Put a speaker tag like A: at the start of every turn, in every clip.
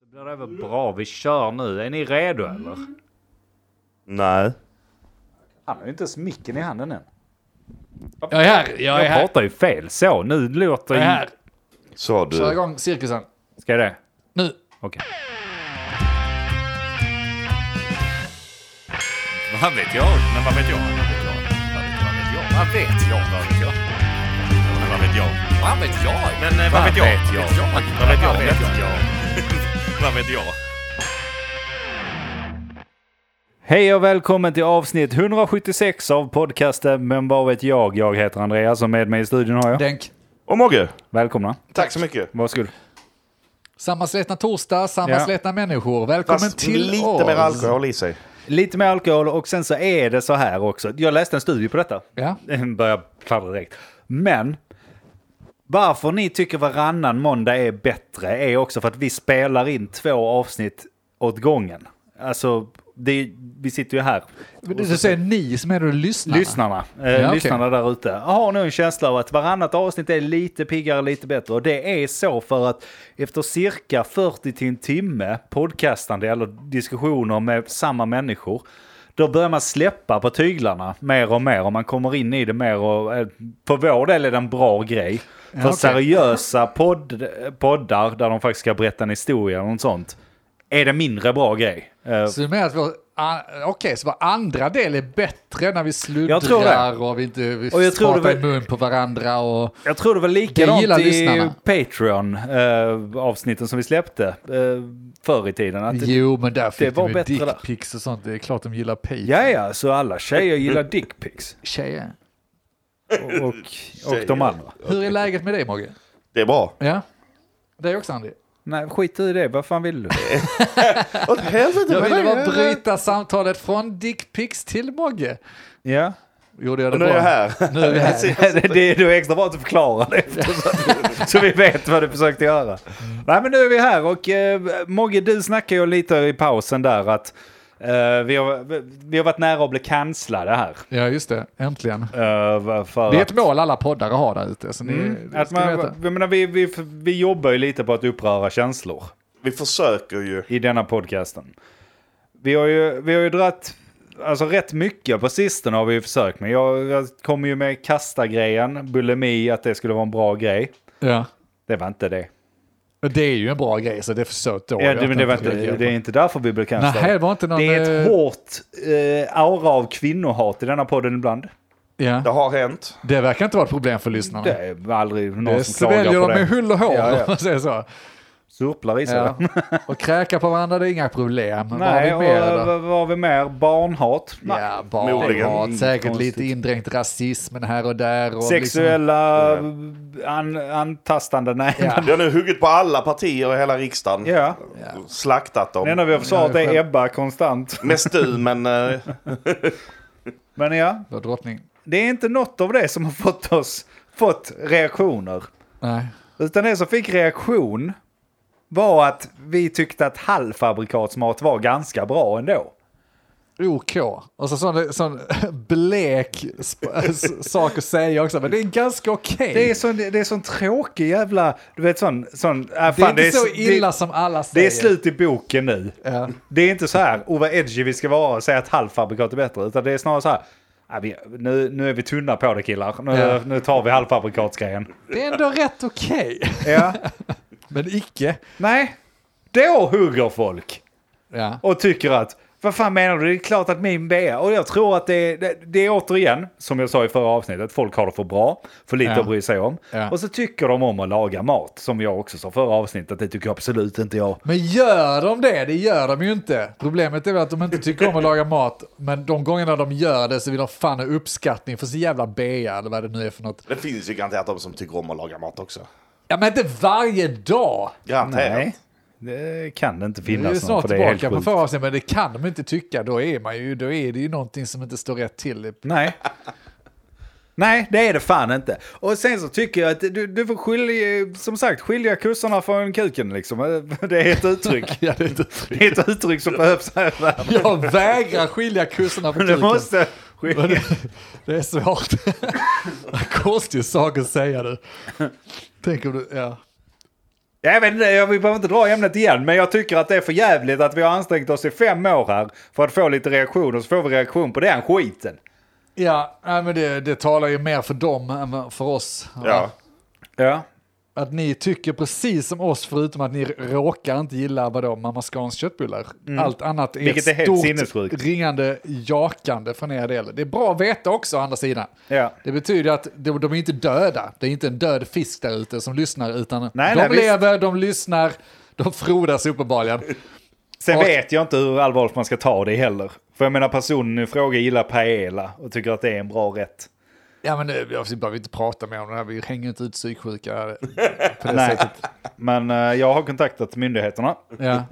A: Det där är väl bra, vi kör nu. Är ni redo
B: Mm.
A: eller?
C: Nej.
A: Han har ju inte ens micken i handen än.
D: Jag är här, jag är
A: Jag
D: här,
A: pratar ju fel så, nu låter
D: jag är
A: ju...
D: här.
C: Sa
D: Kör
C: du.
D: igång cirkusen.
A: Ska jag det?
D: Nu.
A: Okej.
B: Vad vet jag? Men vad vet jag? Vad vet jag? Vad vet jag? Vad vet jag? Men vad vet jag? Vad vet jag? Men eh, vad vet jag? Vad vet jag? Vad vet jag? Vad vet jag?
A: Hej och välkommen till avsnitt 176 av podcasten Men vad vet jag? Jag heter Andreas och med mig i studion har jag.
D: Denk.
C: Och Mogge,
A: Välkomna.
C: tack så mycket.
A: Varsågod.
D: Samma sletna torsdag, samma
A: Ja.
D: sletna människor. Välkommen
C: Fast
D: till
C: lite
D: oss.
C: mer alkohol i sig.
A: Lite mer alkohol och sen så är det så här också. Jag läste en studie på detta.
D: Ja.
A: Börjar pladdra direkt. Men varför ni tycker varannan måndag är bättre är också för att vi spelar in två avsnitt åt gången. Alltså, det, är- vi sitter ju här.
D: Men Du säger ni som är då lyssnarna.
A: Lyssnarna, eh,
D: okej.
A: lyssnarna där ute har nog en känsla av att varannat avsnitt är lite piggare, lite bättre. Och det är så för att efter cirka 40 till en timme podcastande eller diskussioner med samma människor, då börjar man släppa på tyglarna mer och mer och man kommer in i det mer och eh, för vår del är det en bra grej. För
D: okej.
A: seriösa podd, poddar där de faktiskt ska berätta en historia eller något sånt, är det mindre bra grej. Eh,
D: Så du menar att vår, ah, okej, så vår andra del är bättre när vi sluddrar
A: Jag tror det.
D: och vi inte vi
A: Och jag tror
D: spottar
A: det
D: i
A: var-
D: mun på varandra och...
A: Jag tror det var
D: Det
A: likadant
D: gillar
A: i
D: lyssnarna.
A: Patreon-avsnitten som vi släppte eh, förr i tiden. Att det,
D: Jo, men där fick
A: var
D: de ju
A: bättre där.
D: dickpics och sånt. Det är klart de gillar pay.
A: ja, ja, så alla tjejer gillar dickpics.
D: Tjejer.
A: Och, och, och de andra.
D: Hur är läget med dig, Mogge?
C: Det är bra.
D: Ja? Det är också Andy.
A: Nej, skit i det. Vad fan vill du?
C: Åt helvete
D: Jag
C: vad
D: ville bara
C: länge.
D: bryta samtalet från dickpics till Mogge.
A: Ja.
D: Gjorde jag det
C: Nu
D: bra?
C: är jag här.
D: Nu är vi här.
A: det, det är då extra bra att du förklarar det. Efter, så, så vi vet vad du försökte göra. Nej, men nu är vi här och eh, Mogge, du snackade ju lite i pausen där att eh, vi, har, vi har varit nära att bli cancellade här.
D: Ja, just det. Äntligen.
A: Eh, för
D: Det är
A: att-
D: ett mål alla poddare har där ute. Så ni, det
A: Att
D: Eh, ska ni
A: man,
D: veta.
A: jag menar, vi, vi, vi jobbar ju lite på att uppröra känslor
C: Vi försöker ju.
A: i denna podcasten. Vi har ju, vi har ju dratt, alltså rätt mycket på sistone har vi ju försökt med. Jag, jag kom ju med kasta-grejen, bulimi, att det skulle vara en bra grej.
D: Ja.
A: Det var inte det.
D: Det är ju en bra grej, så det förstår jag.
A: Ja,
D: att
A: det, men det, var
D: inte
A: inte,
D: reagerar på.
A: det är inte därför vi blev
D: Nej, det
A: cancellade.
D: var inte någon...
A: Det är ett
D: eh,
A: hårt eh, aura av kvinnohat i denna podden ibland.
C: Det
D: ja.
C: har hänt.
D: Det verkar inte vara ett problem för lyssnarna.
A: Det
D: Det,
A: är aldrig någon som klagar
D: sväljer
A: på
D: de med
A: det.
D: hull och hår,
A: Ja, ja.
D: om man säger så.
A: Surplar i sig.
D: Ja. Och kräka på varandra, det är inga problem. Nej, Vad har
A: Nej,
D: vi
A: och
D: mer
A: vad
D: då?
A: vad har vi mer? Barnhat? Nej.
D: Ja,
C: Modigen.
D: barnhat,
A: Inget
D: säkert
A: konstigt.
D: lite indränkt rasismen här och där. Och
A: Sexuella eh, an, antastande, nej.
D: Liksom,
C: Vi
D: ja.
C: har nu huggit på alla partier i hela riksdagen.
A: Ja.
C: Slaktat
A: Det enda
C: dem.
A: vi har försvarat är Ebba konstant.
C: Mest du, men eh,
A: Men ja,
D: Vår liksom- drottning.
A: det är inte något av det som har fått oss fått reaktioner.
D: Nej.
A: Utan det som fick reaktion var att vi tyckte att halvfabrikatsmat var ganska bra ändå.
D: OK. Och så sån, sån blek sp- s- sak att säga också, men det är ganska okej.
A: Det är sån, det är sån tråkig jävla, du vet sån, sån, äh,
D: Det är
A: fan,
D: inte så
A: det-
D: illa som alla
A: Det
D: säger.
A: är slut i boken nu.
D: Ja.
A: Det är inte så här, oh vad edgy vi ska vara och säga att halvfabrikat är bättre. Utan det är snarare så här, "Ah, vi, nu, nu är vi tunna på det killar. Nu,
D: Ja.
A: nu tar vi halvfabrikatsgrejen.
D: Det är ändå rätt okej.
A: Ja.
D: Men icke.
A: Nej, då hugger folk
D: Ja.
A: och tycker att vad fan menar du? Det är klart att min BA... Och jag tror att det är, det, det är återigen, som jag sa i förra avsnittet, folk har det för bra, för lite
D: Ja.
A: att bry sig om.
D: Ja.
A: Och så tycker de om att laga mat, som jag också sa förra avsnittet, det tycker absolut inte jag.
D: Men gör de det? Det gör de ju inte. Problemet är väl att de inte tycker om att laga mat, men de gångerna de gör det så vill de fan ha uppskattning för sin jävla bea eller vad det nu är för något.
C: det finns ju garanterat de som tycker om att laga mat också.
D: Ja, men inte varje dag!
C: Garanterat.
A: Nej, det kan det inte
D: Vi är ju
A: finnas någon,
D: snart
A: för det är helt
D: tillbaka på
A: sjukt.
D: förra avsnittet, men det kan de inte tycka. Då är, man ju, då är det ju någonting som inte står rätt till.
A: Nej. Nej, det är det fan inte. Och sen så tycker jag att du, du får skilja, som sagt, skilja kussarna från kuken liksom. Det är ett uttryck.
D: Ja, det är inte
A: Det är ett uttryck som behövs här i världen.
D: Jag vägrar skilja kusserna från
A: Du
D: kuken.
A: måste
D: Men
A: skilja.
D: det, det är svårt. Konstig sak att säga du. Tänk om du, ja.
A: Jag vet inte, jag- vi behöver inte dra ämnet igen, men jag tycker att det är för jävligt att vi har ansträngt oss i fem år här för att få lite reaktion och så får vi reaktion på den skiten.
D: Ja, nej, men det, det talar ju mer för dem än för oss.
C: Ja.
A: Ja,
D: Att ni tycker precis som oss förutom att ni råkar inte gilla vadå, Mamma Scans köttbullar. Allt annat Mm. är
A: Vilket är helt
D: ett stort
A: sinnessjukt.
D: ringande jakande från er del. Det är bra att veta också å andra sidan.
A: Ja.
D: Det betyder att de, de är inte döda. Det är inte en död fisk där ute som lyssnar utan
A: Nej,
D: de
A: nej, visst.
D: lever, de lyssnar, de frodas uppenbarligen.
A: Sen
D: Och-
A: vet jag inte hur allvarligt man ska ta det heller. För jag menar personen i fråga gillar paella och tycker att det är en bra rätt.
D: Ja men eh, det, jag behöver inte prata mer om det här, vi hänger inte ut psyksjuka på det
A: Nej.
D: sättet.
A: Men eh, jag har kontaktat myndigheterna.
D: Ja.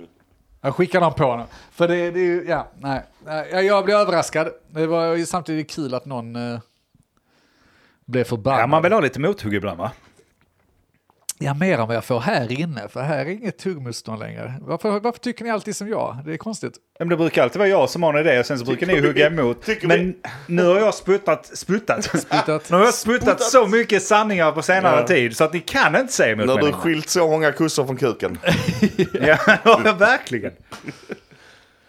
D: Jag skickar dem på honom. För det, det är ju, ja, nej. Nej, Jag, jag blev överraskad. Det var ju samtidigt kul att någon eh, blev förbannad.
A: Ja, man vill ha lite mothugg ibland va?
D: Ja, mer än vad jag får här inne, för här är inget tuggmotstånd längre. Varför, varför tycker ni alltid som jag? Det är konstigt.
A: Men det brukar alltid vara jag som har en idé och sen så brukar ni hugga emot.
C: tycker
A: Men nu har jag sputtat, sputtat.
D: Sputtat.
A: Nu har jag sputtat så mycket sanningar på senare tid så att ni kan inte säga emot
C: När
A: mig.
C: du skilt så många kossor från kuken.
A: Ja, ja, verkligen.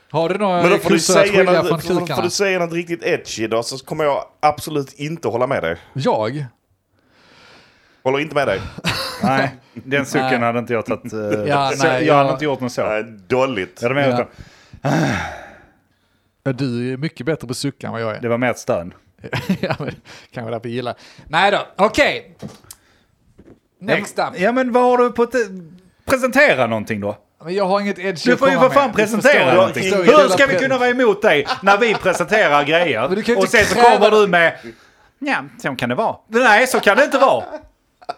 D: Har du några
C: Men då får du,
D: kryssor att
C: säga
D: skilja från
C: något, får, får
D: kukarna?
C: du säga något riktigt edgy då så kommer jag absolut inte hålla med dig.
D: Jag?
C: Håller inte med dig.
A: Nej, den sucken
D: Nej.
A: hade inte jag tagit. eh,
D: Ja,
A: så,
D: nej,
A: jag hade
D: jag-
A: inte gjort något så.
C: Nej, Eh, dåligt.
A: Jag hade mer
D: Ja.
A: gjort-
D: Ja, Du är mycket bättre på sucka än vad jag är.
A: Det var mer ett stön.
D: ja, men, kanske därför jag gillar. Nej då, okej. Next up.
A: Ja men vad har du på... Te- presentera någonting då.
D: Men jag har inget edge
A: Du får ju för fan presentera någonting. Hur ska vi kunna vara emot dig när vi presenterar grejer?
D: Men du kan ju
A: Och
D: inte
A: sen så
D: kräva-
A: kommer du med... Ja, så kan det vara. Nej, så kan det inte vara.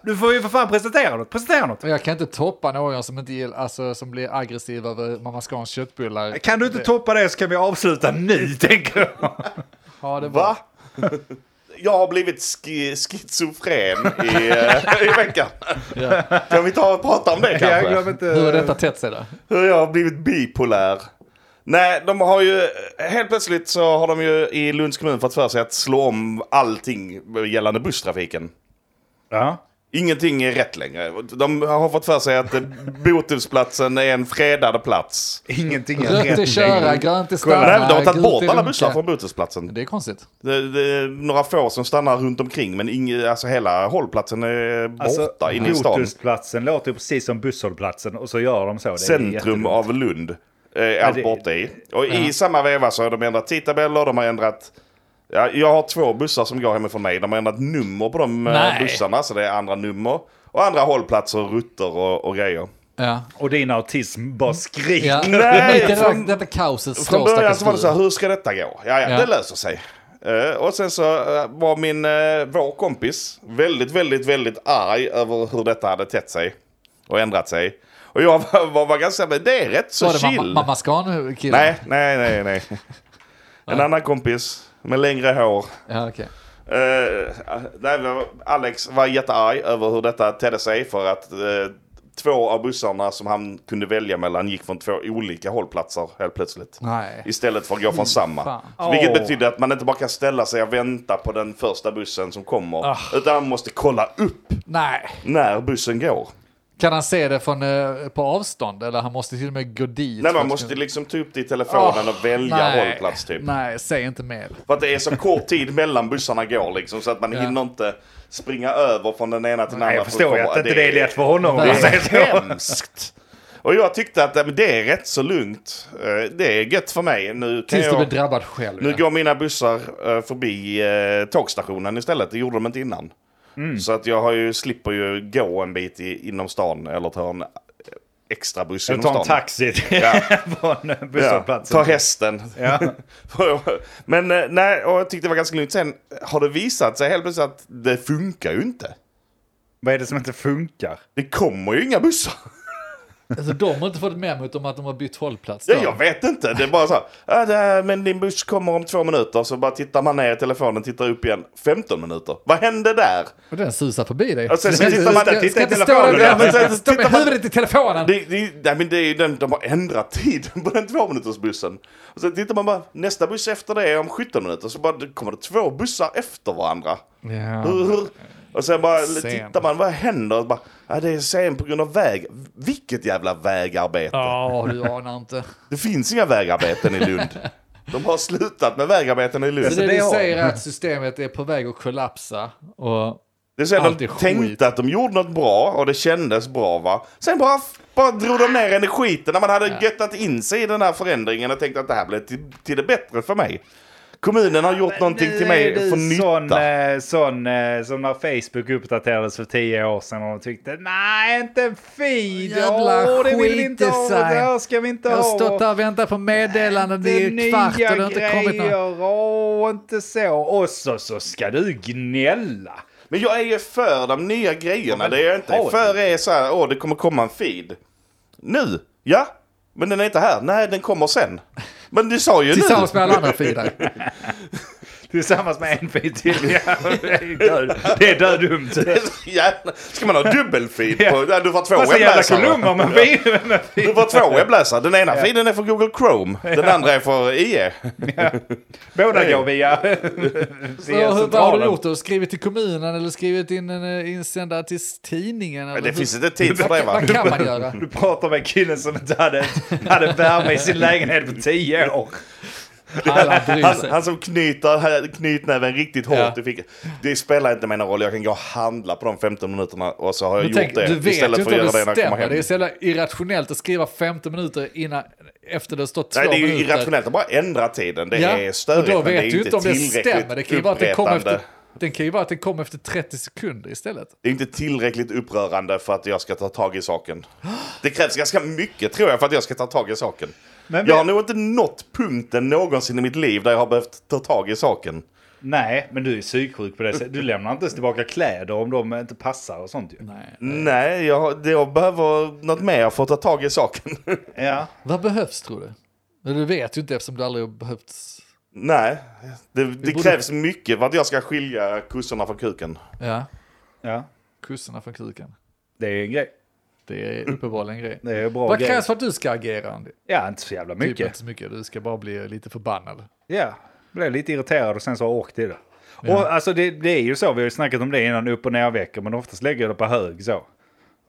A: Du får ju för fan presentera något. Presentera något.
D: Jag kan inte toppa någon som inte gillar, alltså som blir aggressiv över Mamma Scans köttbullar.
A: Kan du inte toppa det så kan vi avsluta nu, tänker jag.
D: Ha det bra.
C: Va? Jag har blivit ski- schizofren i, eh, i veckan. Kan vi ta och prata om det
A: Jag
C: kanske?
A: glömmer
D: Hur har
A: inte...
D: detta tätt sig då?
C: Hur jag har blivit bipolär. Nej, de har ju... Helt plötsligt så har de ju i Lunds kommun fått för sig att slå om allting gällande busstrafiken.
A: Ja.
C: Ingenting är rätt längre. De har fått för sig att eh, Botusplatsen är en fredad plats.
A: Ingenting är
D: Rött är
A: rätt
D: köra,
A: längre.
D: grönt är
C: Nej,
D: stanna,
C: de har tagit
D: gult
C: bort
D: är
C: alla
D: runka.
C: bussar från Botusplatsen.
D: Det är konstigt.
C: Det, det är några få som stannar runt omkring men ingen, alltså hela hållplatsen är borta
A: Alltså,
C: inne i stan.
A: Lotusplatsen låter ju precis som busshållplatsen och så gör de så. Det är
C: Centrum
A: jättedumt.
C: av Lund eh, är allt
A: det-
C: borta i. Och i samma veva så har de ändrat tidtabeller, de har ändrat... Ja, jag har två bussar som går hemifrån mig. De har ändrat nummer på de eh,
D: Nej.
C: bussarna så det är andra nummer. Och andra hållplatser, rutter och, och grejer.
D: Ja.
A: Och din autism bara skriker.
D: ja.
C: Nej,
D: Mitt i
C: från-
D: detta kaoset
C: Från
D: slår
C: början så var det
D: stackars
C: så här,
D: du.
C: hur ska detta gå? Ja, ja,
D: Ja.
C: det löser sig. Eh, och sen så eh, var min, uh, vår kompis väldigt, väldigt, väldigt arg över hur detta hade tätt sig. Och ändrat sig. Och jag var, var, var ganska, men det är rätt så
D: Var det
C: chill.
D: mamma, mamma Scan killen?
C: Nej, nej, nej, nej. En annan kompis med längre hår.
D: Ja, okej.
C: Eh, nej, men Alex var jättearg över hur detta tedde sig för att eh, två av bussarna som han kunde välja mellan gick från två olika hållplatser helt plötsligt.
D: Nej.
C: Istället för att gå från samma.
D: fan.
C: Vilket
A: Åh.
C: betyder att man inte bara kan ställa sig och vänta på den första bussen som kommer.
D: Ah.
C: Utan man måste kolla upp
D: Nej.
C: när bussen går.
D: Kan han se det från, eh, på avstånd eller han måste till och med gå dit?
C: Nej,
D: för
C: man
D: att
C: måste
D: kunna-
C: liksom ta upp det i telefonen
D: Åh,
C: och välja
D: Ah, nej.
C: hållplats typ.
D: Nej, säg inte mer.
C: För att det är så kort tid mellan bussarna går liksom så att man
D: Ja.
C: hinner inte springa över från den ena till den andra.
A: Nej, jag förstår ju
C: för
A: att
C: komma-
A: inte det är lätt för honom. om
D: Nej.
A: man säger
C: Det
A: så.
C: är hemskt. Och jag tyckte att ja, men det är rätt så lugnt. Eh, Det är gött för mig. Nu kan
D: Tills du
C: jag...
D: blir drabbad själv.
C: Nu
D: ja.
C: går mina bussar eh, förbi eh, tågstationen istället. Det gjorde de inte innan.
A: Mm.
C: Så att jag har ju, slipper ju gå en bit i, inom stan eller ta en eh, extra buss
A: Jag
C: inom
A: tar en
C: stan.
A: taxi till-
C: Ja.
A: från
C: Ja,
A: busshållplatsen.
C: ta hästen.
A: Ja.
C: Men eh, nej, och jag tyckte det var ganska lugnt. Sen har det visat sig helt plötsligt att det funkar ju inte.
A: Vad är det som inte funkar?
C: Det kommer ju inga bussar.
D: Alltså, de har inte fått med mig om att de har bytt hållplats. då.
C: Ja, jag vet inte. Det är bara så här. "Ja, det här, men din buss kommer om två minuter. Så bara tittar man ner i telefonen, tittar upp igen. 15 minuter. Vad hände där?
D: Och den susar förbi dig.
C: Och sen så
D: Ska-
C: tittar man-
D: ska-
A: titta i
D: ska inte stå
A: telefonen.
D: där-
C: Ja, men sen så
D: Stå med
C: tittar man-
D: huvudet i telefonen.
C: Det, det, nej, men det är ju den, de har ändrat tiden på den två minuters bussen. Och sen tittar man bara, nästa buss efter det är om 17 minuter. Så bara, det kommer det två bussar efter varandra.
D: Ja.
C: Hur, hur? Och sen bara
D: Sen.
C: tittar man, vad händer? Och Bara, ja, det är sen på grund av väg. Vilket jävla vägarbete?
D: Ja, du anar inte.
C: Det finns inga vägarbeten i Lund. De har slutat med vägarbeten i
D: Så
C: Lund.
D: det
A: det
D: du
A: har-
D: säger är att systemet är på väg att kollapsa. Och
C: Det är sen
D: Allt
C: de
D: är skit.
C: tänkte att de gjorde något bra och det kändes bra va. Sen bara, bara drog de ner en i skiten när man hade göttat in sig i den här förändringen och tänkt att det här blev till, till det bättre för mig. Kommunen har gjort någonting till
A: Nu är
C: mig
A: du
C: för
A: Sån,
C: nytta.
A: eh, sån eh, som när Facebook uppdaterades för tio år sedan och de tyckte nej inte en feed.
D: Jävla
A: Åh, det vill vi inte ha. Det
D: skitdesign.
A: här ska vi inte
D: jag har
A: ha.
D: stått där och väntat på meddelanden
A: Det är
D: i en kvart och det har inte
A: nya
D: kommit någon.
A: grejer, Åh, inte så. Och så, så ska du gnälla.
C: Men jag är ju för de nya grejerna.
A: men
C: det är jag inte.
A: har
C: För är så här, åh det kommer komma en feed. Nu, ja. Men den är inte här. Nej, den kommer sen. Men du sa ju nu.
D: Tillsammans med alla andra feeder.
A: Tillsammans med en feed till. Ja, det är död- det är dödumt.
C: Ja, Ska man ha dubbelfeed? På, ja. Du får två
A: Vad så jävla
C: webbläsare.
A: kolumner man blir.
C: Du får två webbläsare. Den ena feeden är för Google Chrome. Den andra är för IE.
A: Båda går via,
D: Så hur, vad har du
A: centralen.
D: gjort då? Skrivit till kommunen eller skrivit in en eh, insändare till s- tidningen? Eller
C: Det
D: hur-
C: finns inte tid för det va?
D: Vad kan man göra?
A: Du pratar med killen som inte hade, hade värme i sin lägenhet på tio år.
D: Alla bryr
C: Han,
D: sig.
C: han som knyter knytnäven riktigt hårt
D: Ja.
C: i fickan. Det spelar inte mig någon roll. Jag kan gå och handla på de 15 minuterna och så har jag
D: Men
C: gjort
D: tänk,
C: det.
D: du vet ju
C: istället
D: inte
C: för att
D: om
C: göra
D: det
C: det när jag kommer
D: stämmer.
C: hem.
D: Det är så jävla irrationellt att skriva 15 minuter innan, efter det har stått två
C: Nej, det är ju
D: minuter.
C: irrationellt att bara ändra tiden. Det är
D: och
C: störigt,
D: då
C: men det
D: vet
C: är
D: du
C: inte
D: inte om det
C: tillräckligt
D: stämmer. Det kan ju vara att det kom
C: uppretande.
D: efter, den kan ju vara att det kom efter 30 sekunder istället.
C: Det är inte tillräckligt upprörande för att jag ska ta tag i saken. Det krävs ganska mycket tror jag för att jag ska ta tag i saken.
A: Men
C: jag har
A: vet-
C: nog inte nått punkten någonsin i mitt liv där jag har behövt ta tag i saken.
A: Nej, men du är psyksjuk på det sättet. Du lämnar inte ens tillbaka kläder om de inte passar och sånt ju.
D: Nej.
C: Nej, jag, har- jag behöver något mer för att ta tag i saken.
A: Ja.
D: Vad behövs tror du? Men du vet ju inte eftersom du aldrig har behövt...
C: Nej, det, det
D: borde-
C: krävs mycket för att jag ska skilja kossorna från kuken.
D: Ja,
A: ja,
D: kusserna från kuken.
A: det är en grej.
D: Det
C: Mm.
D: är uppenbarligen en grej.
A: Det är en bra
D: Vad
A: grej.
D: krävs för att du ska agera Andy?
A: Ja, inte så jävla
D: Typ
A: mycket.
D: inte så mycket, du ska bara bli lite förbannad.
A: Ja, blev lite irriterad och sen så har jag åkt i det. Och alltså det, det är ju så, vi har ju snackat om det innan, upp och ner veckor, men oftast lägger jag det på hög så.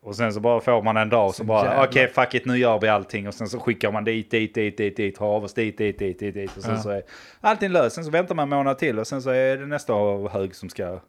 A: Och sen så bara får man en dag så bara,
D: jävla-
A: okej fuck it, nu gör vi allting. Och sen så skickar man dit, dit, dit, dit, dit, havs, dit, dit, dit, dit, dit. Och sen
D: Ja.
A: så är allting löst. Sen så väntar man en månad till och sen så är det nästa hög som ska...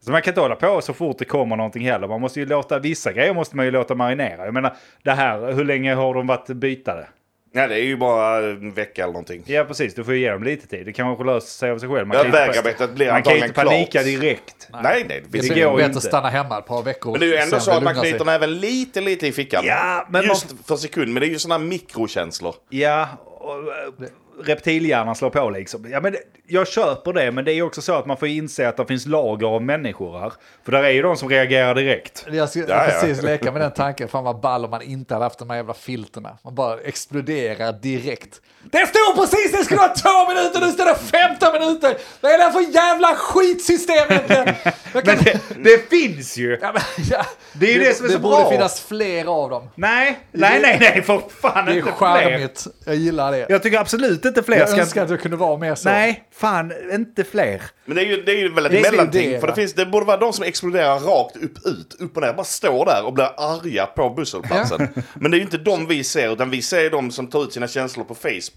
A: Så man kan inte hålla på så fort det kommer någonting heller. Man måste ju låta, vissa grejer måste man ju låta marinera. Jag menar, det här, hur länge har de varit bytade?
C: Nej, det är ju bara en vecka eller någonting.
A: Ja precis, du får ju ge dem lite tid. Det kanske löser sig av sig själv. Man
C: Ja,
A: kan ju inte-
C: vägarbetet blir
A: Man kan ju
C: antagligen
A: inte panika
C: klart.
A: direkt.
C: Nej, nej, det finns
A: Det
D: Det
C: inget.
A: går ju
D: är bättre
A: inte.
D: att stanna hemma ett par veckor.
C: Men det är ju ändå
D: sen
C: så att man
D: lugnar sig.
C: knyter näven lite, lite i fickan.
A: Ja, men
C: Just för sekund, men det är ju sådana mikrokänslor.
A: Ja, och, eh, reptilhjärnan slår på liksom. Ja, men det, jag köper det, men det är ju också så att man får inse att det finns lager av människor här. För där är ju de som reagerar direkt.
D: Jag ska
C: Ja, ja.
D: precis leka med den tanken. Fan vad ball om man inte hade haft de här jävla filterna. Man bara exploderar direkt. Det stod precis det skulle vara två minuter, nu står det 15 minuter! Vad är det här för jävla skitsystem egentligen? Jag kan...
A: Men det, det finns ju!
D: Ja, men, ja.
A: Det är ju det som är så
D: Det borde
A: bra.
D: finnas fler av dem.
A: Nej, nej, nej, nej, för fan
D: Det är
A: inte fler.
D: charmigt. Jag gillar det. Jag,
A: Jag tycker absolut inte fler ska...
D: önskar att jag kunde vara mer så.
A: Nej, fan inte fler.
C: Men det är ju, det är ju väl ett
D: Det är väl
C: mellanting.
D: det,
C: för det,
D: va?
C: finns, det borde vara de som exploderar rakt upp, ut, upp och ner. Bara står där och blir arga på busshållplatsen. Men det är ju inte de vi ser, utan vi ser de som tar ut sina känslor på Facebook.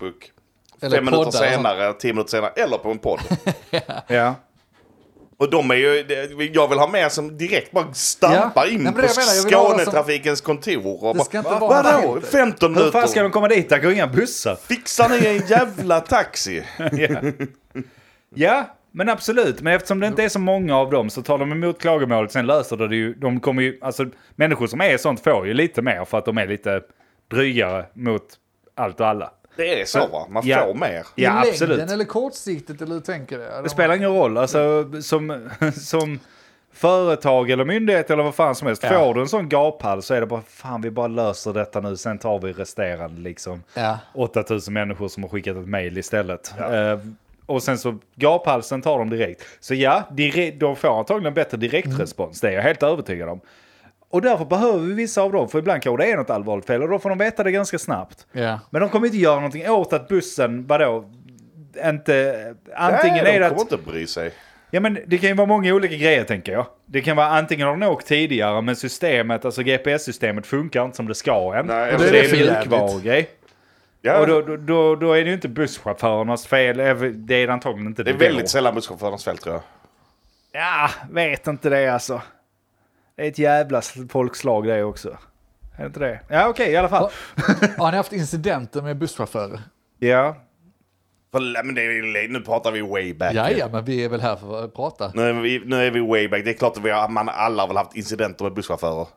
D: Eller
C: fem minuter
D: poddar och sånt.
C: senare, tio minuter senare, eller på en podd.
A: Ja.
C: Och de är ju, det- jag vill ha med som direkt bara stampar
D: Ja.
C: in
D: Nej, men
C: på
D: det jag menar, jag vill ha någon som-
C: Skånetrafikens kontor. Och
D: Det ska inte
C: bara,
D: vara någon
C: vadå?
D: filter."
C: 15
A: Hur fan ska
C: minuter?
A: de komma dit? Där går inga bussar.
C: Fixar ni en jävla taxi?
A: Ja. ja, men absolut. Men eftersom det inte är så många av dem så tar de emot klagomålet. Sen löser det ju. De kommer ju, alltså, människor som är sånt får ju lite mer för att de är lite drygare mot allt och alla.
C: Det är så va? Man
A: Ja.
C: får mer.
D: I
A: Ja,
D: längden
A: absolut.
D: eller kortsiktigt eller hur tänker du? Eller
A: Det spelar ingen roll. Alltså, som, som företag eller myndighet eller vad fan som helst. Får du en sån gaphall så är det bara fan vi bara löser detta nu. Sen tar vi resterande liksom.
D: Ja.
A: 8000 människor som har skickat ett mejl istället. Eh, och sen så gaphalsen tar de direkt. Så ja, dire- de får antagligen bättre direktrespons. Det är jag helt övertygad om. Och därför behöver vi vissa av dem, för ibland kanske det är något allvarligt fel och då får de veta det ganska snabbt.
D: Ja.
A: Men de kommer inte göra någonting åt att bussen, vadå, inte... Antingen
C: Nej,
A: är
C: de
A: det
C: kommer
A: att
C: inte bry sig.
A: Ja men det kan ju vara många olika grejer tänker jag. Det kan vara antingen har den åkt tidigare men systemet, alltså GPS-systemet funkar inte som det ska än.
C: Nej,
A: Så
C: det är
A: det är
D: för
A: en
D: jävligt.
A: mjukvarugrej.
C: Ja,
A: Och då, då, då, då är det ju inte busschaufförernas fel, även- det är det antagligen inte.
C: det är
A: då.
C: väldigt sällan busschaufförens fel tror jag.
A: Ja, vet inte det alltså. Det är ett jävla folkslag det också. Är det inte det? Ja okej i alla fall.
D: Har ni haft incidenter med busschaufförer?
A: Ja.
C: För, men det är, ju- nu pratar vi way back.
D: Ja, ja, men vi är väl här för att prata.
C: Nu är, vi, nu är vi way back. Det är klart att vi har, man alla har väl haft incidenter med busschaufförer.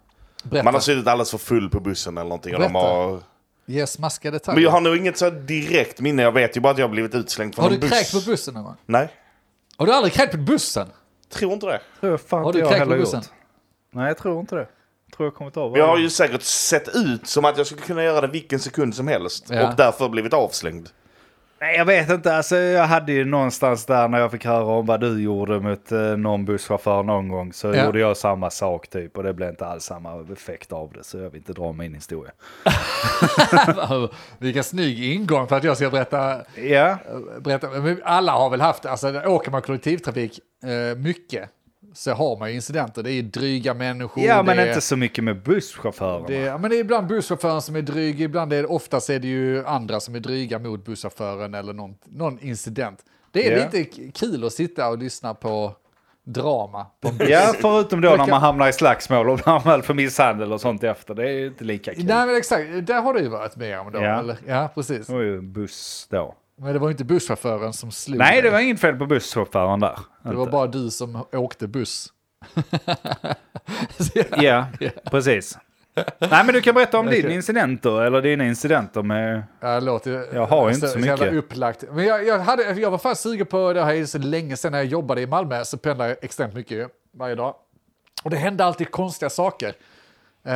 D: Berätta.
C: Man har suttit alldeles för full på bussen eller någonting. Och de
D: Berätta.
C: har...
D: Ge smaskiga detaljer.
C: Men jag har nog inget så direkt minne. Jag vet ju bara att jag har blivit utslängd från
D: Har
C: en
D: du
C: buss.
D: kräkt på bussen någon gång?
C: Nej,
D: Har du aldrig kräkt på bussen?
C: tror inte det.
A: Tror fan
D: Har
A: inte
D: du
A: jag
D: kräkt på
A: heller
D: bussen?
A: gjort. Nej jag tror inte det. Tror jag kommit av
C: Men jag har ju säkert sett ut som att jag skulle kunna göra det vilken sekund som helst.
D: Ja.
C: Och därför blivit avslängd.
A: Nej, jag vet inte. Alltså, jag hade ju någonstans där när jag fick höra om vad du gjorde mot eh, någon busschaufför någon gång så
D: Ja.
A: gjorde jag samma sak typ och det blev inte alls samma effekt av det så jag vill inte dra min historia.
D: Vilken snygg ingång för att jag ska berätta.
A: Ja,
D: berätta. Men Alla har väl haft, alltså åker man kollektivtrafik eh, mycket så har man ju incidenter. Det är ju dryga människor.
A: ja men
D: Oh, det är,
A: inte så mycket med busschaufförerna.
D: det är, ja, men det är ibland busschauffören som är dryg, ibland är det, oftast är det ju andra som är dryga mot busschauffören eller någon, någon incident. Det är
A: Ja.
D: lite k- kul att sitta och lyssna på drama. På en
A: Ja, förutom då när
D: Verkar-
A: man hamnar i slagsmål och när man väl får misshandel och sånt efter. Det är ju inte lika kul.
D: Nej men exakt, där har du ju varit med om då.
A: Ja.
D: Eller? ja Mm. precis.
A: Det var ju en buss då.
D: Men det var ju inte busschauffören som slog
A: Nej, det
D: dig.
A: var inget fel på busschauffören där.
D: det var bara du som åkte buss. Så jag-
A: Ja, precis. Nej, men du kan berätta om din
D: Okej.
A: incident då, eller dina incidenter med...
D: Ja, det låter, alltså,
A: Jag har ju inte så
D: jävla
A: mycket.
D: upplagt. Men jag, jag, hade, jag var fan sugen på det här ju så länge sedan när jag jobbade i Malmö, så pendlade jag extremt mycket ju, varje dag. Och det hände alltid konstiga saker. Eh,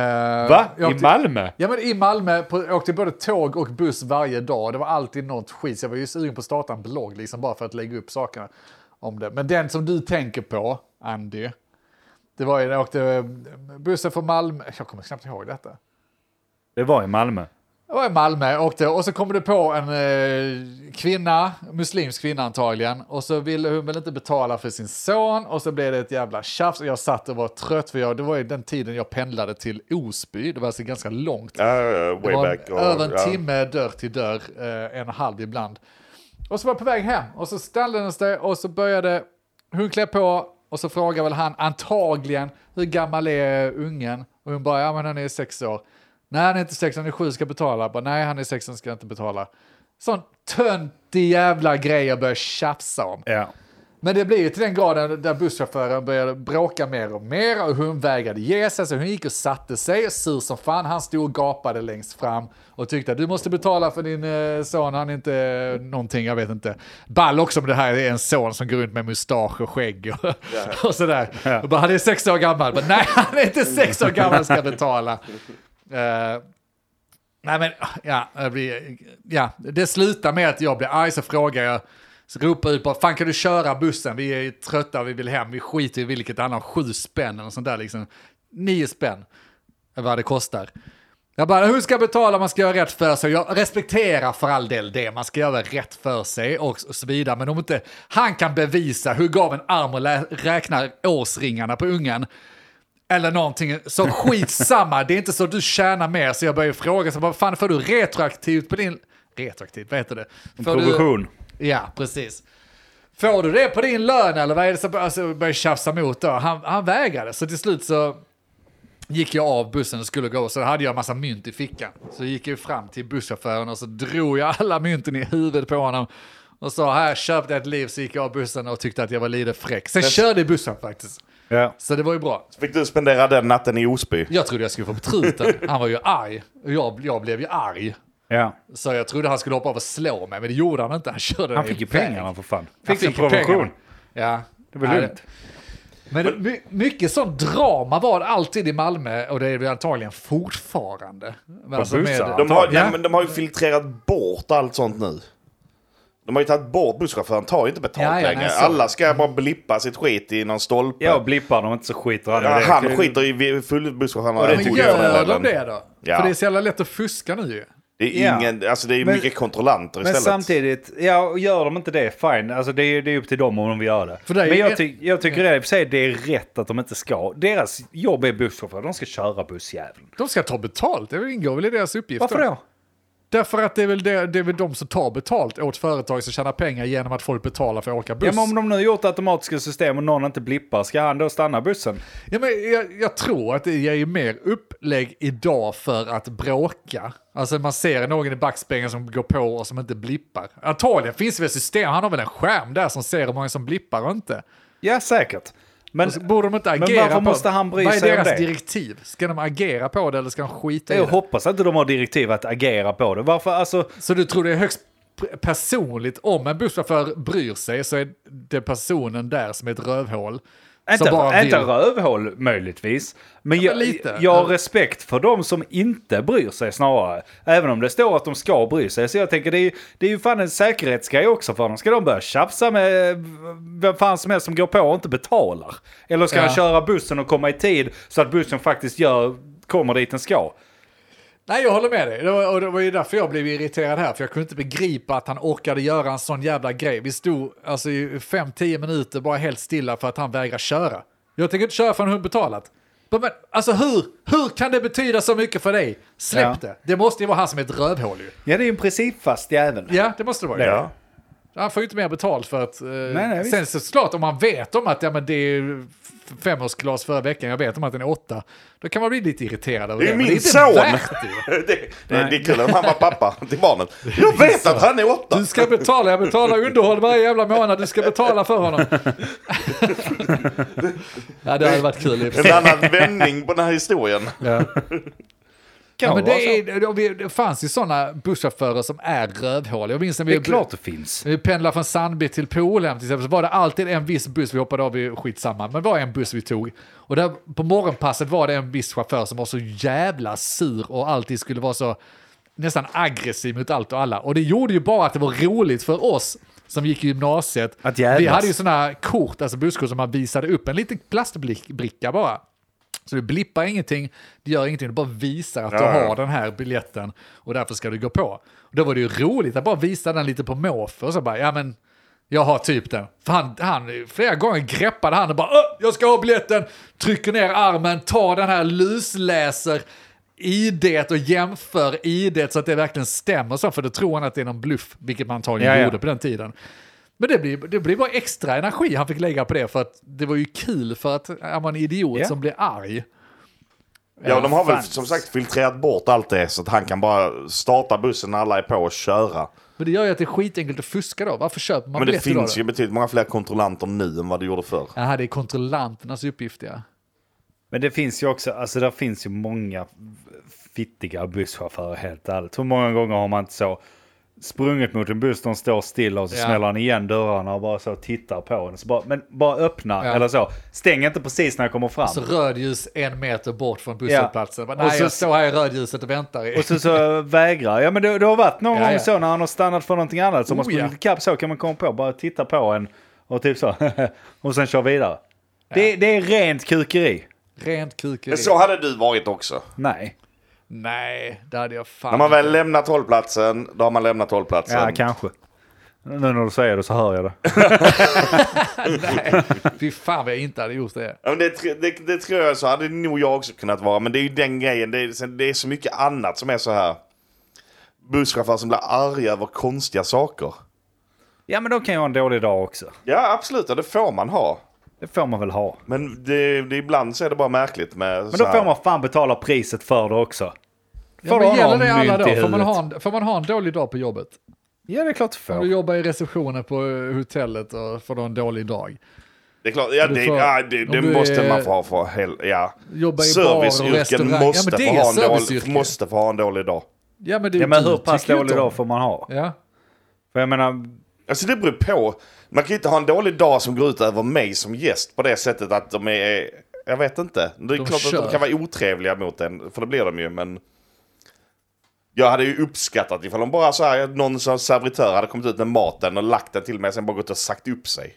A: Va?
D: jag
A: I
D: åkte-
A: Malmö?
D: Ja, men i Malmö på, jag åkte både tåg och buss varje dag. Det var alltid något skit. Så jag var ju sugen på att starta en blogg, liksom bara för att lägga upp sakerna om det. Men den som du tänker på, Andy, det var ju när jag åkte bussen från Malmö. Jag kommer knappt ihåg detta.
A: Det var i Malmö.
D: Jag var i Malmö åkte, och så kom det på en eh, kvinna, muslimsk kvinna antagligen, och så ville hon väl inte betala för sin son och så blev det ett jävla tjafs och jag satt och var trött för jag, det var ju den tiden jag pendlade till Osby, det var alltså ganska långt
C: Ja, ja, way
D: det var
C: back. och-
D: över en
C: ja.
D: timme dörr till dörr, eh, en och en halv ibland. Och så var jag på väg hem och så ställde den sig och så började hon klä på och så frågade väl han antagligen hur gammal är ungen? Och hon bara, ja men han är sex år. Nej han är inte sex, han är sju, ska betala. Jag Bara, Nej han är sex, han ska inte betala. Sån töntig jävla grej jag började tjafsa om.
A: Ja.
D: Men det blir ju till den graden där busschauffören började bråka mer och mer och hon vägrade ge sig så hon gick och satte sig sur som fan. Han stod och gapade längst fram och tyckte att du måste betala för din eh, son, han är inte eh, någonting, jag vet inte. Ball också om det här är en son som går runt med mustasch och skägg och, och sådär. Och bara, han är sex år gammal. Men, Nej, han är inte sex år gammal, ska betala. Eh, Nej men, ja, jag blir, ja, det slutar med att jag blir arg så frågar jag, så ropar jag ut bara, fan kan du köra bussen? Vi är ju trötta, vi vill hem, vi skiter i vilket annan, sju spänn eller sånt där liksom. Nio spänn, är vad det kostar. Jag bara, hur ska jag betala? Man ska göra rätt för sig. Jag respekterar för all del det, man ska göra rätt för sig och, och så vidare. Men om inte han kan bevisa, hur gav en arm och lä- räknar årsringarna på ungen? Eller någonting, så skitsamma, det är inte så du tjänar mer. Så jag börjar fråga, så vad fan får du retroaktivt på din... Retroaktivt, vad heter det? Får du-
A: Provision.
D: Ja, precis. Får du det på din lön eller vad är det som alltså, börjar tjafsa mot då? Han, han vägrade, så till slut så gick jag av bussen och skulle gå, så hade jag en massa mynt i fickan. Så gick jag fram till busschauffören och så drog jag alla mynten i huvudet på honom. Och sa här, köp dig ett liv, så gick jag av bussen och tyckte att jag var lite fräck. Sen körde jag bussen faktiskt.
A: Ja.
D: Så det var ju bra.
C: Fick du spendera den natten i Osby?
D: Jag trodde jag skulle få betruten. Han var ju arg. Och Jag, jag blev ju arg.
A: ja.
D: Så jag trodde han skulle hoppa av och slå mig, men det gjorde han inte. Han körde
A: Han fick ju
D: iväg.
A: pengarna för fan.
D: Han
A: Fick sin
D: ju
A: provision.
D: pengarna. Ja.
A: Det var
D: Nej,
A: lugnt.
D: Men det, my- mycket sånt drama var det alltid i Malmö och det är väl antagligen fortfarande. Men alltså
A: bussar?
C: De har,
D: Ja.
C: nej, men de har ju filtrerat bort allt sånt nu. De har ju tagit bort busschauffören, tar ju inte betalt
D: Ja, ja, nej,
C: längre.
D: så.
C: Alla ska bara blippa sitt skit i någon stolpe.
A: Ja, och blippar de inte så skiter han i
C: Ja,
A: det.
C: han skiter i vi- full busschauffören.
A: det
C: Han
D: men
A: tycker
C: tog över
D: gör
C: den.
D: de det då?
C: Ja.
D: För det är så jävla lätt att fuska nu ju.
C: Det är,
A: Ja.
C: ingen, alltså det är
A: Men-
C: mycket kontrollanter
A: Men
C: istället.
A: samtidigt, ja, och gör de inte det, fine. Alltså det, är- det är upp till dem om de vill göra det.
D: För det är
A: men
D: ju-
A: jag, ty jag tycker det, i och för sig det är rätt att de inte ska. Deras jobb är busschaufförer, de ska köra bussjäveln.
D: De ska ta betalt, det ingår väl i deras uppgift.
A: Varför då?
D: Därför att det är, väl det, det är väl de som tar betalt åt företag som tjänar pengar genom att folk betalar för att åka buss.
A: Ja, men om de nu gjort automatiska system och någon inte blippar, ska han då stanna bussen?
D: Ja, men jag, jag tror att det är mer upplägg idag för att bråka. Alltså man ser någon i backspegeln som går på och som inte blippar. Antagligen finns det väl system, han har väl en skärm där som ser hur många som blippar och inte.
A: Ja, säkert. Men
D: Och så Borde de inte
A: Men
D: agera
A: varför
D: på
A: måste han bry
D: Vad är
A: sig om
D: deras
A: det?
D: direktiv? Ska de agera på det eller ska de skita i
A: jag
D: det?
A: hoppas att de har direktiv att agera på det. Varför, alltså,
D: Så du tror det är högst p- personligt om en busschaufför bryr sig så är det personen där som är ett rövhål.
A: Inte,
D: som bara
A: inte
D: vill-
A: rövhål möjligtvis. Men,
D: Ja, men
A: jag,
D: lite.
A: jag har respekt för de som inte bryr sig snarare. Även om det står att de ska bry sig. Så jag tänker det är ju, det är ju fan en säkerhetsgrej också för dem. Ska de börja tjafsa med eh, vem fan som helst som går på och inte betalar? Eller ska
D: Ja.
A: han köra bussen och komma i tid så att bussen faktiskt gör, kommer dit den ska?
D: Nej, jag håller med dig. Det var, och det var ju därför jag blev irriterad här, för jag kunde inte begripa att han orkade göra en sån jävla grej. Vi stod alltså i 5-10 minuter bara helt stilla för att han vägrar köra. Jag tänker inte köra förrän hon betalat. Men, men, alltså hur, hur kan det betyda så mycket för dig? Släpp
A: Ja.
D: det. Det måste ju vara han som är ett rövhål ju.
A: Ja, det är ju en principfast jävel.
D: Ja, det måste det vara. ju.
A: Ja.
D: Han får ju inte mer betalt för att... Eh,
A: nej, visst.
D: sen så såklart om man vet om att ja, men det är f- femårsglas förra veckan, jag vet om att den är åtta, då kan man bli lite irriterad över
C: Det
D: det.
C: är
D: men
C: min
D: inte
C: son!
D: värt det.
C: det, det, det är kul att han var pappa till barnet. Jag vet att han är åtta!
D: Du ska betala, jag betalar underhåll varje jävla månad, du ska betala för honom. ja, det hade varit kul. i och för sig.
C: En annan vändning på den här historien.
A: Kan
D: Ja, men
A: vara så.
D: det, är, det- det fanns ju sådana busschaufförer som är rövhål. Jag minns när
A: det
D: vi,
A: är klart det finns.
D: när vi pendlade från Sandby till Polhem till exempel, så var det alltid en viss buss, vi hoppade av i skitsamma, men det var en buss vi tog. Och där på morgonpasset var det en viss chaufför som var så jävla sur och alltid skulle vara så nästan aggressiv mot allt och alla. Och det gjorde ju bara att det var roligt för oss som gick i gymnasiet.
A: Att jävlas.
D: vi hade ju sådana kort, alltså busskort som man visade upp, en liten plastbricka bara. Så du blippar ingenting, det gör ingenting, du bara visar att
C: Ja,
D: du
C: ja.
D: har den här biljetten och därför ska du gå på. Och då var det ju roligt att bara visa den lite på måfå och så bara, ja men jag har typ den. För han, han, flera gånger greppade han och bara, "Åh, jag ska ha biljetten, trycker ner armen, tar den här lusläser idet och jämför idet så att det verkligen stämmer så, för då tror han att det är någon bluff, vilket man antagligen
A: Ja, ja.
D: gjorde på den tiden. Men det blir, det blir bara extra energi han fick lägga på det, för att det var ju kul för att är man idiot
A: Ja.
D: som blir arg.
C: Ja, de har väl
A: fan.
C: som sagt filtrerat bort allt det så att han kan bara starta bussen när alla är på och köra.
D: Men det gör ju att det är skitenkelt att fuska då. Varför köper man
C: Men det
D: biljetter då?
C: finns ju betydligt många fler kontrollanter nu än vad det gjorde förr.
D: Jaha, det är kontrollanternas uppgift ja.
A: Men det finns ju också, alltså där finns ju många fittiga busschaufförer helt ärligt. Hur många gånger har man inte så sprungit mot en buss, de står stilla och så
D: Ja.
A: smäller han igen dörrarna och bara så tittar på den. Så bara, men bara öppna
D: Ja. Alltså,
A: eller så. Stäng inte precis när jag kommer fram.
D: Så rödljus en meter bort från busshållplatsen.
A: Ja.
D: Bara, Nej,
A: Och så-
D: jag står här i rödljuset och väntar. i-
A: Och så, så vägrar. Ja men det, det har varit någon
D: Ja,
A: gång
D: ja.
A: så när han har stannat för någonting annat. Så
D: Oh,
A: man sprungit
D: ja.
A: ikapp så kan man komma på, bara titta på en och typ så. och sen kör vidare. Det, det är rent kukeri.
D: Rent kukeri.
C: Men så hade du varit också.
A: Nej.
D: Nej, det hade jag fan
C: När man väl
D: inte.
C: lämnat hållplatsen, då har man lämnat hållplatsen.
A: Ja, kanske. Nu när du säger det så hör jag det.
D: Fy fan vad jag inte hade gjort det.
C: Ja, men det, tr- det, det tror jag så hade nog jag också kunnat vara. Men det är ju den grejen. Det är, sen- det är så mycket annat som är så här. Busschaufförer som blir arga över konstiga saker.
A: Ja, men då kan jag ha en dålig dag också.
C: Ja, absolut. Ja, det får man ha.
A: Det får man väl ha.
C: Men det, det, ibland så är det bara märkligt med
A: Men då får man fan betala priset för det också. Får
D: Ja,
A: du
D: men
A: ha
D: gäller
A: någon
D: det alla
A: mynt i
D: då? Får man,
A: huvudet?
D: ha en, får man ha en dålig dag på jobbet?
A: Ja, det är klart du får.
D: Om du jobbar i receptionen på eh, hotellet och får du en dålig dag.
C: Det är klart, ja,
D: Du
C: det,
D: får-
C: ja, det,
D: om
C: det
D: du
C: måste
D: är-
C: man få ha för hel, ja.
D: Jobba i bar och
C: Serviceyrken
D: restaurang. Ja,
C: måste,
D: men det
C: få
D: är
C: ha en
D: serviceyrke.
C: dålig, måste få ha en dålig dag.
D: Ja men, det,
A: Ja, men
D: du
A: hur pass
D: tycker ju
A: dålig
D: inte om-
A: dag får man ha?
D: Ja.
A: För jag menar,
C: Alltså det beror på. Man kan ju inte ha en dålig dag som går ut över mig som gäst på det sättet att de är... Jag vet inte. Det är
D: De
C: klart att
D: kör.
C: de kan vara otrevliga mot en, för det blir de ju, men... Jag hade ju uppskattat ifall de bara så här, någon som servitör hade kommit ut med maten och lagt den till mig och sen bara gått och sagt upp sig.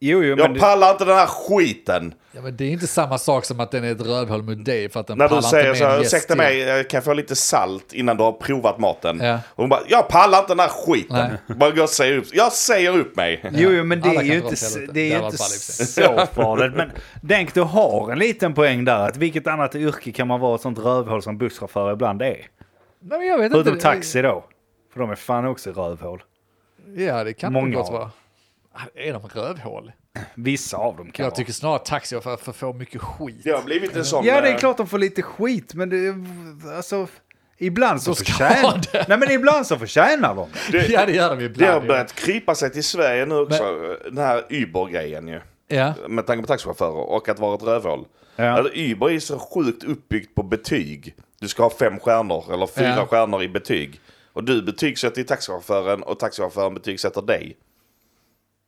A: Jo, jo, men
C: Jag pallar inte den här skiten.
D: Ja, men det är inte samma sak som att den är ett rövhål mot dig för att den
C: När
D: pallar
C: du säger
D: inte
C: så
D: med en
C: här,
D: gäst
C: ursäkta
D: i."
C: mig, eh, kan jag få lite salt innan du har provat maten?
D: Ja.
C: Och hon bara, jag pallar inte den här skiten. Bara gå och säga upp. Jag säger upp mig.
A: Jo, jo, men det
D: Alla
A: är
D: kan
A: ju
D: dra
A: inte,
D: åt
A: det
D: helvete. Det
A: är
D: hade
A: ju inte
D: varit ball i och för sig.
A: så farligt. Men Denk, du har en liten poäng där. Att vilket annat yrke kan man vara ett sånt rövhål som busschaufför ibland är?
D: Nej, men jag vet
A: Förutom
D: inte.
A: taxi då. För de är fan också rövhål.
D: Ja, det kan
A: Många
D: Många gott
A: av dem.
D: vara. Ah, Är de rövhål?
A: Vissa av dem kan
D: Jag
A: vara.
D: tycker snarare taxi för, för får mycket skit.
C: Det har blivit en sån...
A: Ja, det är
C: eh,
A: klart de får lite skit, men det, alltså... Ibland så
D: De ska ha
A: förtjänar...
D: det.
A: Nej, men ibland så förtjänar de.
D: ja, det gör de ju
C: Det
D: ibland.
C: har
D: ju.
C: börjat krypa sig till Sverige nu också. Den här Uber-grejen ju.
D: Ja.
C: Med tanke på taxichaufförer och att vara ett rövhål.
A: Ja.
C: Alltså, Uber är ju så sjukt uppbyggt på betyg. Du ska ha fem stjärnor eller fyra
D: Ja.
C: stjärnor i betyg. Och du betygsätter ju taxichauffören och taxichauffören betygsätter dig.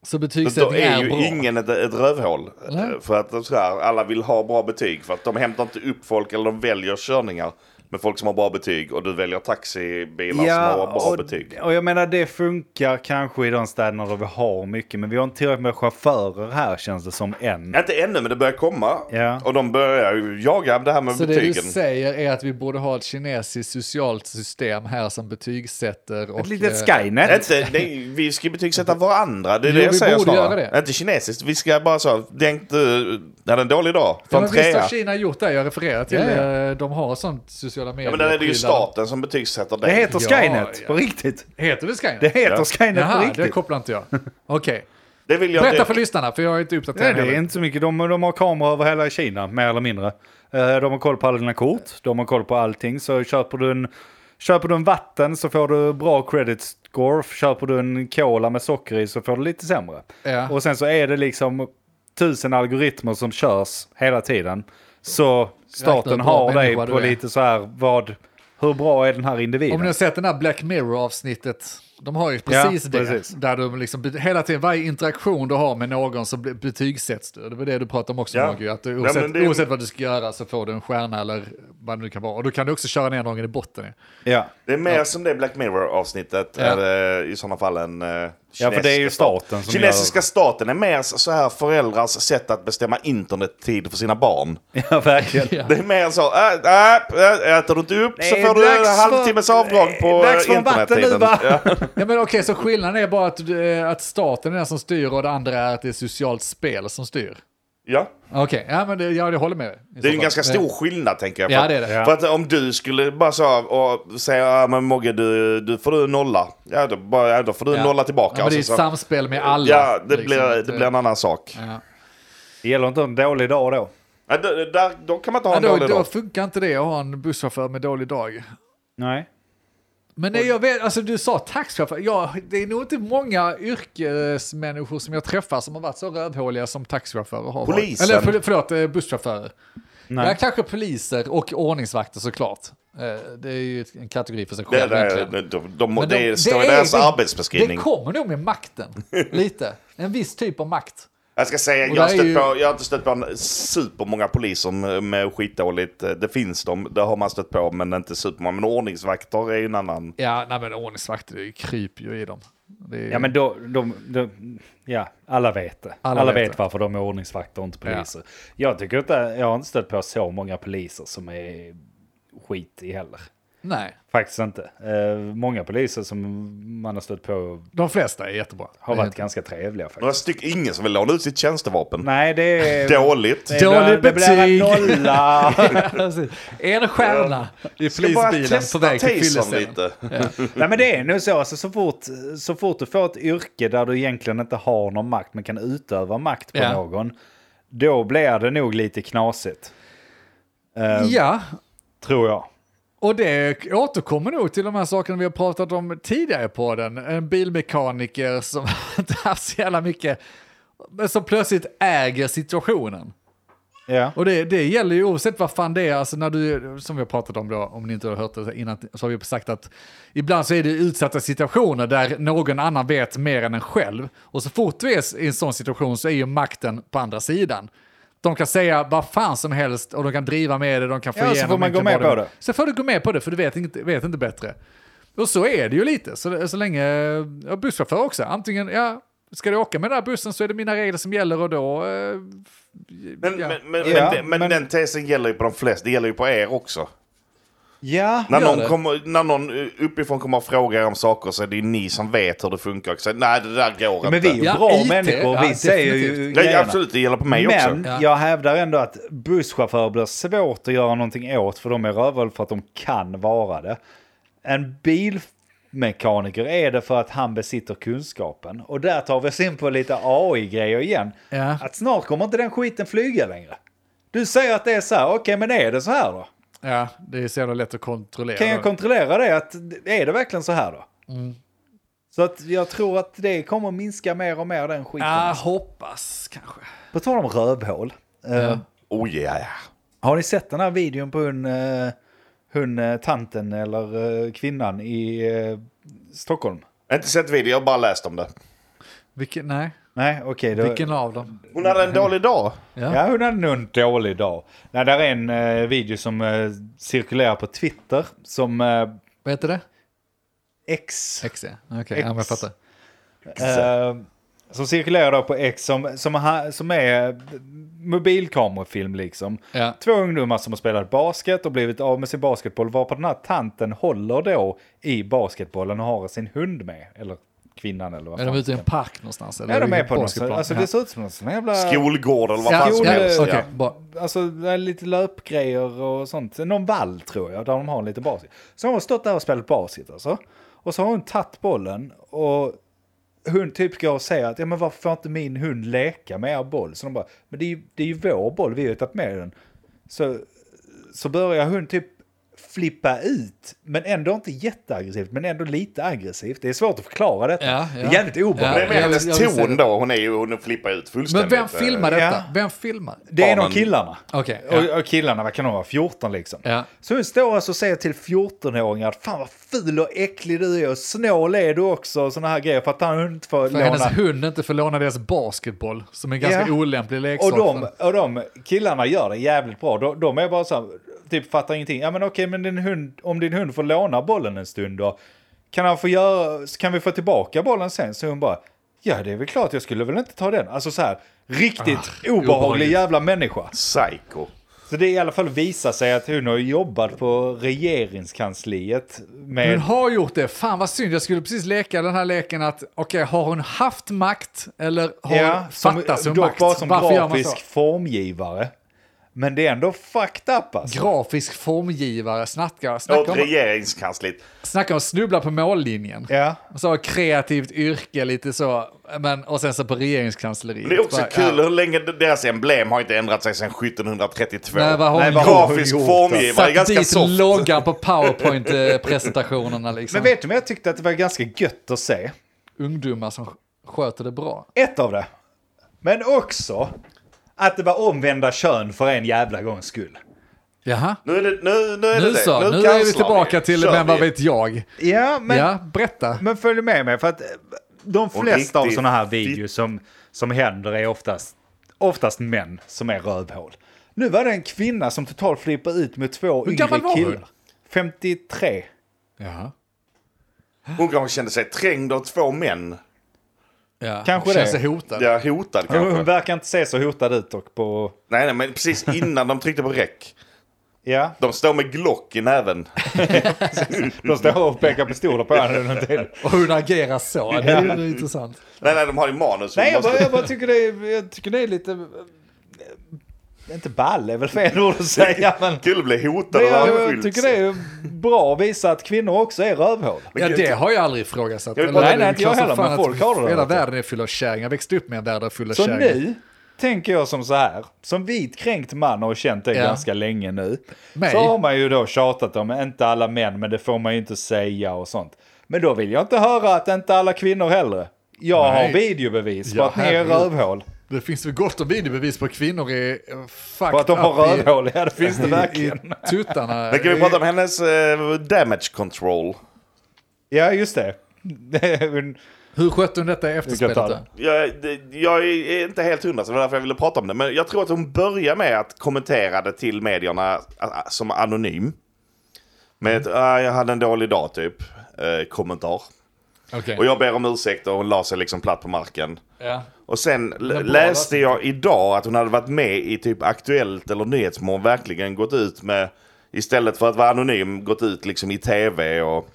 D: Så
C: Så då
D: betygssättning
C: är
D: är,
C: ju
D: bra.
C: ingen ett, ett rövhål.
D: Nej.
C: Eh, För att så här, alla vill ha bra betyg. För att de hämtar inte upp folk eller de väljer körningar med folk som har bra betyg. Och du väljer taxibilar som har bra
A: och,
C: betyg.
A: och jag menar det funkar kanske i de städerna där vi har mycket, men vi har inte tillräckligt med chaufförer här känns det som än.
C: Inte ännu, men det börjar komma.
A: Ja.
C: Och de börjar ju jaga det här med
D: Så det du
C: betygen.
D: säger är att vi borde ha ett kinesiskt socialt system här som betygssätter och...
A: Ett litet
D: eh,
C: Nej,
A: Skynet.
C: Inte, nej, vi ska betygsätta varandra, det är
D: Jo,
C: det jag
D: vi
C: säger
D: borde
C: snarare.
D: göra det.
C: Inte kinesiskt, vi ska bara så, Denk du hade en dålig dag, för en
D: Ja, men visst
C: trea.
D: har Kina gjort det, jag refererar till.
A: Ja,
D: eh, De har sånt sociala medier.
C: Ja, men där är det ju
D: prylar.
C: staten som betygsätter
A: Det
C: dig.
A: heter
D: Ja,
A: Skynet
D: ja.
A: på riktigt.
D: Heter det Skynet?
A: Det heter
C: Ja.
A: Skynet på
D: Jaha, det
A: riktigt.
D: kopplar inte jag. Okej.
C: Det vill jag
D: Berätta för
C: direkt.
D: lyssnarna, för jag är inte
A: Nej,
D: uppdaterad
A: det är
D: heller.
A: inte så mycket. De, de har kameror över hela Kina, mer eller mindre. Eh, De har koll på alla dina kort, de har koll på allting. Så köper du en, köper du en vatten så får du bra credit score. Köper du en cola med socker i så får du lite sämre.
D: Ja.
A: Och sen så är det liksom tusen algoritmer som körs hela tiden. Så
D: Räknar
A: staten
D: bra
A: har dig
D: människa du
A: på
D: är.
A: lite så här, vad, hur bra är den här individen?
D: Om ni har sett den här Black Mirror-avsnittet, de har ju precis
A: Ja,
D: det.
A: precis.
D: Där de liksom, be- hela tiden, varje interaktion du har med någon så be- betygsätts du. Det var det du pratade om också,
C: Ja.
D: Margie, att du,
C: men
D: oavsett,
C: det är-
D: oavsett vad du ska göra så får du en stjärna eller vad det nu kan vara. Och då kan du också köra ner någon i botten. ju.
A: Ja.
C: Det är mer som det Black Mirror-avsnittet,
D: Ja.
C: eller i sådana fall en eh,
A: ja, för det är ju
C: kinesiska stat.
A: staten som
C: Kinesiska staten är mer så här föräldrars sätt att bestämma internettid för sina barn.
A: gör... Ja, verkligen.
C: Det är mer så, äh, äh, äter du inte upp så
A: Det är
C: får du en
A: dags för-
C: halvtimmes avdrag på
A: det är dags för
C: eh,
A: en vatten nu,
C: internettiden.
A: va?
C: Ja.
D: Ja, men okej, så skillnaden är bara att, eh, att staten är den som styr och det andra är att det är socialt spel som styr.
C: ja.
D: Okej, ja, men det, ja, jag håller med. dig. I så
C: Det är ju en
D: fall.
C: ganska stor
D: Eh,
C: skillnad tänker jag.
D: Ja,
C: För att-
D: det är det.
C: För att om du skulle bara så här och säga "Ja, men Mogge du, du får du en nolla. Ja då, bara, ja, då får du en
D: Ja.
C: nolla tillbaka.
D: Ja, men det är ett
C: Alltså, så-
D: samspel med alla.
C: Ja, det,
D: liksom.
C: blir, det blir en annan sak.
D: Ja.
A: Det gäller inte en dålig dag då.
C: Ja, då, där, då kan man inte ha
D: Ja,
C: en
D: då,
C: dålig
D: då
C: dag.
D: funkar inte det att ha en busschaufför med dålig dag.
A: Nej.
D: Men nej, jag vet, alltså du sa taxichaufför. Ja, det är nog inte många yrkesmänniskor som jag träffar som har varit så rövhåliga som taxichaufförer har
C: Polisen.
D: varit. Eller för, förlåt, eh, busschaufförer.
A: Nej.
D: Ja, kanske poliser och ordningsvakter såklart. Eh, Det är ju en kategori för sig
C: Det,
D: själv
C: det,
D: egentligen.
C: de, de, de,
D: Men
C: det står i deras arbetsbeskrivning.
D: Det kommer nog med makten, lite. En viss typ av makt.
C: Jag ska säga,
D: Och
C: jag har,
D: där är
C: stött
D: ju-
C: på, jag har inte stött på en supermånga poliser med- med skitdåligt. Det finns de, det har man stött på, men inte supermånga. Men ordningsvakter är ju en annan.
D: Ja, nej men ordningsvakter det kryper ju i dem. Det är,
A: Ja, men då, de, de, ja, alla vet det. Alla,
D: Alla
A: vet,
D: vet
A: varför de är ordningsvakter och inte poliser. Jag tycker inte, jag har inte stött på så många poliser som är skit i heller.
D: Nej,
A: Faktiskt inte. Eh, många poliser som man har stött på
D: de flesta är jättebra.
A: har varit
D: Det är
A: ganska trevliga faktiskt.
C: Några styck, ingen som vill låna ut sitt tjänstevapen.
A: Nej, det är...
C: Dåligt.
A: det blir-
D: Dåligt
A: det blir en
D: betyg.
A: nolla.
D: jätte- en stjärna i
C: Ska bara
D: polisbilen på
C: testa
D: väg till
C: tasern
D: fyllecellen.
C: lite.
A: Nej men det är nog så, alltså, så, fort, så fort du får ett yrke där du egentligen inte har någon makt men kan utöva makt på
D: Ja.
A: någon, då blir det nog lite knasigt. Eh,
D: Ja,
A: Tror jag.
D: och det återkommer nog till de här sakerna vi har pratat om tidigare på den. En bilmekaniker som inte haft så jävla mycket, men som plötsligt äger situationen.
A: Ja.
D: Och det, det gäller ju oavsett vad fan det är, alltså när du, som vi har pratat om då, om ni inte har hört det innan, så har vi sagt att ibland så är det utsatta situationer där någon annan vet mer än en själv. Och så fort du är i en sån situation så är ju makten på andra sidan. De kan säga vad fan som helst och de kan driva med det, de kan få
A: Ja, så
D: igenom...
A: får man
D: egentligen
A: gå med
D: vad de-
A: på det.
D: Så får du gå med på det, för du vet inte, vet inte bättre. Och så är det ju lite, så, så länge... Ja, busschaufför också, antingen, ja, Ska du åka med den här bussen så är det mina regler som gäller och då... Eh,
C: Men,
D: ja.
C: men, men,
A: Ja,
C: men, men,
A: men-
C: den tesen gäller ju på de flesta. Det gäller ju på er också.
A: Ja,
C: När
E: Gör
C: någon,
E: det.
C: kommer, när någon eh, uppifrån kommer och frågar om saker så är det ju ni som vet hur det funkar. Och säger, Nej, det där går inte.
A: men vi är ju
D: Ja,
A: bra
D: IT,
A: människor.
D: ja,
A: vi säger ju
D: definitivt.
C: Nej,
A: grejerna.
C: absolut, det gäller på mig
A: Men
C: också.
D: Ja.
A: jag hävdar ändå att busschaufförer blir svårt att göra någonting åt för de är rövhål för att de kan vara det. En bilmekaniker är det för att han besitter kunskapen. Och där tar vi oss in på lite AI-grejer igen.
D: Ja.
A: Att snart kommer inte den skiten flyga längre. Du säger att det är så här, okej men är det så här då?
D: ja, det är så jävla lätt att kontrollera.
A: Kan jag kontrollera det? Att, är det verkligen så här då? Så att jag tror att det kommer minska mer och mer den skiten.
D: Ja, hoppas kanske.
A: På tal om rövhål. eh,
C: Oh yeah.
A: Har ni sett den här videon på hon, eh, hon eh, tanten eller eh, kvinnan i eh, Stockholm?
C: Jag har inte sett video, jag har bara läst om det.
D: Vilken, nej,
A: Nej, okej. då-
D: vilken av dem?
C: Hon hade en dålig dag.
A: Ja, hon hade nog en dålig dag. Nej, där är en eh, video som eh, cirkulerar på Twitter som eh,
D: Vad heter det?
A: X...
D: X, ja. Okej, ja, men jag fattar.
A: Eh, som cirkulerar då på X som, som, ha, som är eh, mobilkamerafilm liksom.
D: Ja.
A: Två ungdomar som har spelat basket och blivit av med sin basketboll varpå den här tanten håller då i basketbollen och har sin hund med. Eller kvinnan eller vad
D: Är
A: fan.
D: de ute i en park någonstans? Eller
A: Ja, de
D: det
A: är på något sätt.
D: basketplan?
A: Alltså
D: ja.
A: det ser ut som någon sån här jävla...
C: Skolgård eller vad
D: Ja,
C: fan som
D: ja,
C: helst.
D: okej,
C: ja.
D: bra.
A: Alltså det är lite löpgrejer och sånt. Någon vall tror jag, där de har lite basket. Så har hon stått där och spelat basket alltså. Och så har hon tagit bollen och hon typ går och säger att ja men varför får inte min hund leka med er boll? Så de bara, men det är ju, det är ju vår boll, vi har ju tagit med den. Så, så börjar hon typ flippa ut, men ändå inte jätteaggressivt, men ändå lite aggressivt. Det är svårt att förklara detta.
D: Ja,
A: Det
D: ja.
A: är jävligt obehagligt.
C: Det är med
D: Ja, jag vill-
C: hennes
D: jag vill se
C: ton
D: det.
C: då. Hon är ju, hon flippar ut
D: Men
C: fullständigt. eh,
D: vem filmar detta?
A: Ja.
D: Vem filmar?
A: Det är nog
C: barnen.
A: killarna.
D: Okej, ja.
A: och, och killarna, vad kan de vara, 14 liksom.
D: Ja.
A: Så hon står alltså och säger till 14-åringar, fan vad ful och äcklig du är och snål är du också och sådana här grejer för att han inte får
D: För
A: låna.
D: hennes hund inte får låna deras basketboll, som är en ganska
A: Ja.
D: olämplig leksak.
A: Och de,
D: för-
A: och de killarna gör det jävligt bra. De, de är bara så här, typ fattar ingenting. Ja men okej, men din hund, om din hund får låna bollen en stund då, kan, han få göra, kan vi få tillbaka bollen sen? Så hon bara, ja det är väl klart jag skulle väl inte ta den. Alltså så här, riktigt obehaglig
D: Ah, obehagligt.
A: jävla människa.
C: Psycho.
A: Så det i alla fall visar sig att hon har jobbat på regeringskansliet med...
D: Hon har gjort det. Fan vad synd. Jag skulle precis leka den här leken att, okej, har hon haft makt eller har
A: ja, som,
D: fattas hon
A: dock
D: makt?
A: bara som
D: Varför gör man så?
A: grafisk formgivare. Men det är ändå fucked up alltså.
D: Grafisk formgivare, snacka,
C: Åt
D: snacka, om,
C: regeringskansliet.
D: snacka om att snubbla på mållinjen.
A: Ja.
D: Och så har kreativt yrke, lite så, men, och sen så på regeringskansliet.
C: Det är också
D: Bara,
C: kul
D: ja.
C: hur länge deras emblem har inte ändrat sig sedan 1732.
D: Nej, vad har
A: Nej,
D: hon
A: vad
D: gjort?
A: har hon
C: Grafisk
A: gjort,
C: formgivare, är
D: Satt
C: ganska
D: dit
C: soft.
D: loggan på powerpoint-presentationerna liksom.
A: Men vet du vad jag tyckte att det var ganska gött att se?
D: Ungdomar som sköter det bra.
A: Ett av det. Men också att det var omvända kön för en jävla gångs skull.
D: Jaha.
C: Nu är det, nu, nu är det
D: Nu
C: det.
D: så, nu är
C: kanslar
D: vi tillbaka till
C: Kör
D: Men vad
C: vi.
D: vet jag?
A: Ja, men
D: ja, berätta.
A: Men följ med mig, för att eh, de flesta av
C: riktigt-
A: sådana här videos som, som händer är oftast, oftast män som är rövhål. Nu var det en kvinna som totalt flippade ut med två
D: Hur
A: yngre
D: gammal var
A: killar.
D: hon?
A: 53.
D: Jaha.
C: Hon kanske kände sig trängd av två män.
D: Ja.
A: Kanske
D: Känns
A: det.
D: sig hotad.
C: Ja, hotad kanske.
A: Hon verkar inte se så hotad ut och på...
C: Nej, nej, men precis innan de tryckte på räck.
A: Ja,
C: De står med Glock i näven.
A: de står och pekar pistoler på henne under tiden.
D: Och hon agerar så. Det är ju intressant.
C: Nej, nej, de har ju manus.
A: Nej, jag
C: måste-
A: bara, jag bara tycker, det är, jag tycker det är lite... eh, Inte ball är väl fel ord att säga, men...
C: Kul att bli hotad
A: Men
C: av
A: jag,
C: överskylts.
A: jag tycker det är bra att visa att kvinnor också är rövhål.
D: Ja, det har jag aldrig ifrågasatt.
C: Jag vill
D: Eller
C: bara-
D: är det
A: Nej, nej, inte jag
D: klart
A: heller,
D: som fan
A: men folk
D: att
A: har det där,
D: Hela
A: vet jag.
D: världen är full av kärringar. Jag växte upp med en värld full av
A: Så
D: kärringar.
A: nu tänker jag som så här, som vit kränkt man och har känt det
D: Ja.
A: ganska länge nu.
D: Mig?
A: Så har man ju då tjatat om, inte alla män, men det får man ju inte säga och sånt. Men då vill jag inte höra att inte alla kvinnor heller. Jag
D: Nej.
A: har videobevis på
D: Ja,
A: att ni är
D: herregud.
A: rövhål.
D: Det finns väl gott om videobevis på att kvinnor är eh, fucked
A: På att de har
D: up i-
A: rövhål, ja det finns det
D: i, i
A: verkligen.
D: tuttarna.
C: Men kan vi prata om hennes eh, damage control?
A: Ja, just det. Det är en-
D: Hur skötte hon detta i
A: Vi kan ta
D: efterspelet?
A: det.
D: då?
C: Jag, det- jag är inte helt hundra, så det var därför jag ville prata om det. Men jag tror att hon börjar med att kommentera det till medierna eh, som anonym. Med ett, "Ah, jag hade en dålig dag typ, eh, kommentar.
D: Okej.
C: Och jag ber om ursäkt och hon la sig liksom platt på marken.
D: Ja.
C: Och sen l-
D: bra,
C: läste jag idag att hon hade varit med i typ Aktuellt eller Nyhetsmorgon, verkligen gått ut med, istället för att vara anonym, gått ut liksom i tv och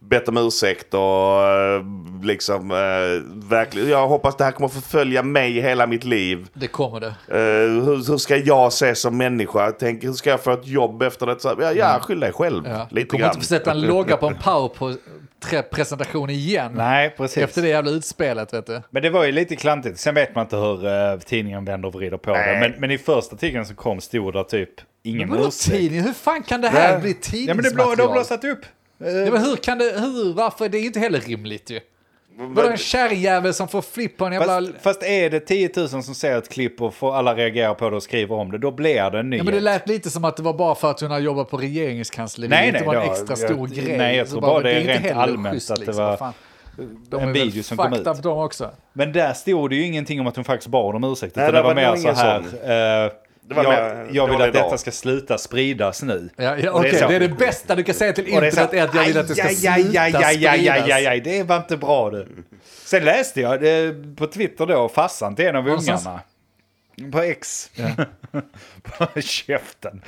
C: bett om ursäkt och eh, liksom eh, verkligen, jag hoppas det här kommer förfölja mig hela mitt liv.
D: Det kommer det.
C: Eh, hur, hur ska jag ses som människa? Tänk, hur ska jag få ett jobb efter det? Så, här, ja, ja, skyll dig själv.
D: Mm. Ja. Du
C: Lite
D: kommer
C: grann.
D: inte få sätta en logga på en powerpresentation igen.
A: Nej, precis.
D: Efter det jävla utspelet vet du.
A: Men det var ju lite klantigt. Sen vet man inte hur eh, tidningen vänder och vrider på
C: Nej.
A: det. Men, men i första tidningen som kom stod där typ ingen
D: Vadå
A: ursäkt.
D: tidning? Hur fan kan det här
A: Nej.
D: bli
A: Ja, men det blå,
D: tidningsmaterial?
A: de har blåsat upp. Eh,
D: Ja, men hur kan det, hur, varför? Det är ju inte heller rimligt ju. Vadå en kärringjävel som får flipp på en jävla...
A: Fast, fast är det 10 000 som ser ett klipp och får alla reagera på det och skriver om det, då blir det en nyhet.
D: Ja, men det lät lite som att det var bara för att hon har jobbat på regeringskansliet.
A: Nej,
D: det
A: nej,
D: var en
A: det var-
D: extra
A: jag-
D: stor grej.
A: nej, jag
D: Så
A: tror bara det är
D: inte
A: rent
D: heller
A: allmänt
D: schysst,
A: att det
D: liksom.
A: var
D: Vad fan. De
A: en
D: är väl
A: video som kom
D: fucked
A: ut.
D: Up, de också.
A: Men där stod det ju ingenting om att hon faktiskt bad om ursäkt.
C: Nej,
A: utan
C: det
A: det var
C: var
A: mer
C: nog
A: så
C: ingen
A: här.
C: sån.
A: eh,
C: var
A: jag,
C: mer
A: jag vill
C: dålig
A: att detta
C: dag.
A: ska sluta spridas nu.
D: Ja, ja,
A: Och
D: okej,
A: är så-
D: det är det bästa du kan säga till
A: Och det är så
D: internet är att jag vill att det ska
A: aj, aj,
D: sluta
A: aj, aj, aj, aj, aj,
D: spridas.
A: aj, Det var inte bra du. Sen läste jag det, på Twitter då, farsan till en av
D: Någonstans.
A: ungarna. På X. på käften.